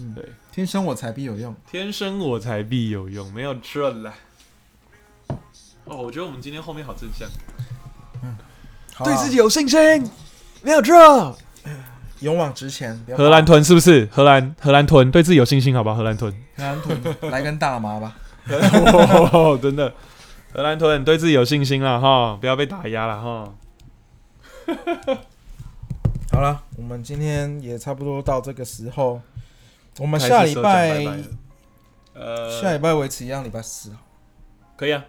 Speaker 1: 嗯
Speaker 2: 对，
Speaker 1: 天生我材必有用。
Speaker 2: 天生我材必有用，没有错啦。哦，我觉得我们今天后面好正向，
Speaker 1: 好啊
Speaker 2: 有信心，没有错。
Speaker 1: 勇往直前，不要
Speaker 2: 荷兰豚是不是？荷兰荷兰豚对自己有信心，好吧？荷 兰豚。
Speaker 1: 荷兰豚来根大麻吧。
Speaker 2: 哦，真的，荷兰豚对自己有信心了哈，不要被打压了哈。
Speaker 1: 好了，我们今天也差不多到这个时候，我
Speaker 2: 我
Speaker 1: 们下礼拜
Speaker 2: 呃，
Speaker 1: 下礼拜维持一样，礼拜四。
Speaker 2: 可以啊，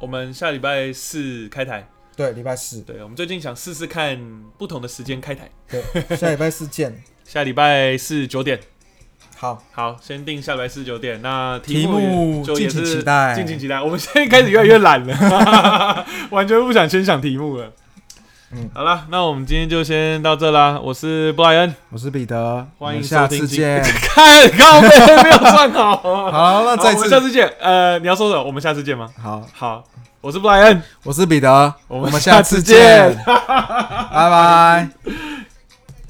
Speaker 2: 我们下礼拜四开台。
Speaker 1: 对，礼拜 四，
Speaker 2: 对，我们最近想试试看不同的时间开台，
Speaker 1: 对，下礼拜四见。
Speaker 2: 下礼拜四九点。
Speaker 1: 好，
Speaker 2: 好，先定下礼拜四九点。那
Speaker 1: 题
Speaker 2: 目
Speaker 1: 目
Speaker 2: 就也
Speaker 1: 敬请
Speaker 2: 是
Speaker 1: 期待
Speaker 2: 敬请期待。我们现在开始越来越懒 了，完全不想先想题目了。
Speaker 1: 嗯
Speaker 2: 好了，那我们今天就先到这啦。我是布莱恩，
Speaker 1: 我是彼得，
Speaker 2: 欢
Speaker 1: 我
Speaker 2: 迎
Speaker 1: 们下
Speaker 2: 收听
Speaker 1: 次
Speaker 2: 今
Speaker 1: 见。
Speaker 2: 看高飞没有算 好。好，
Speaker 1: 好，那再
Speaker 2: 我
Speaker 1: 次
Speaker 2: 们下次见。呃，你要说什么？我们下次见吗？
Speaker 1: 好，
Speaker 2: 好，我是布莱恩，
Speaker 1: 我是彼得，我
Speaker 2: 我们
Speaker 1: 们
Speaker 2: 下
Speaker 1: 下
Speaker 2: 次
Speaker 1: 次
Speaker 2: 见
Speaker 1: 见，拜拜。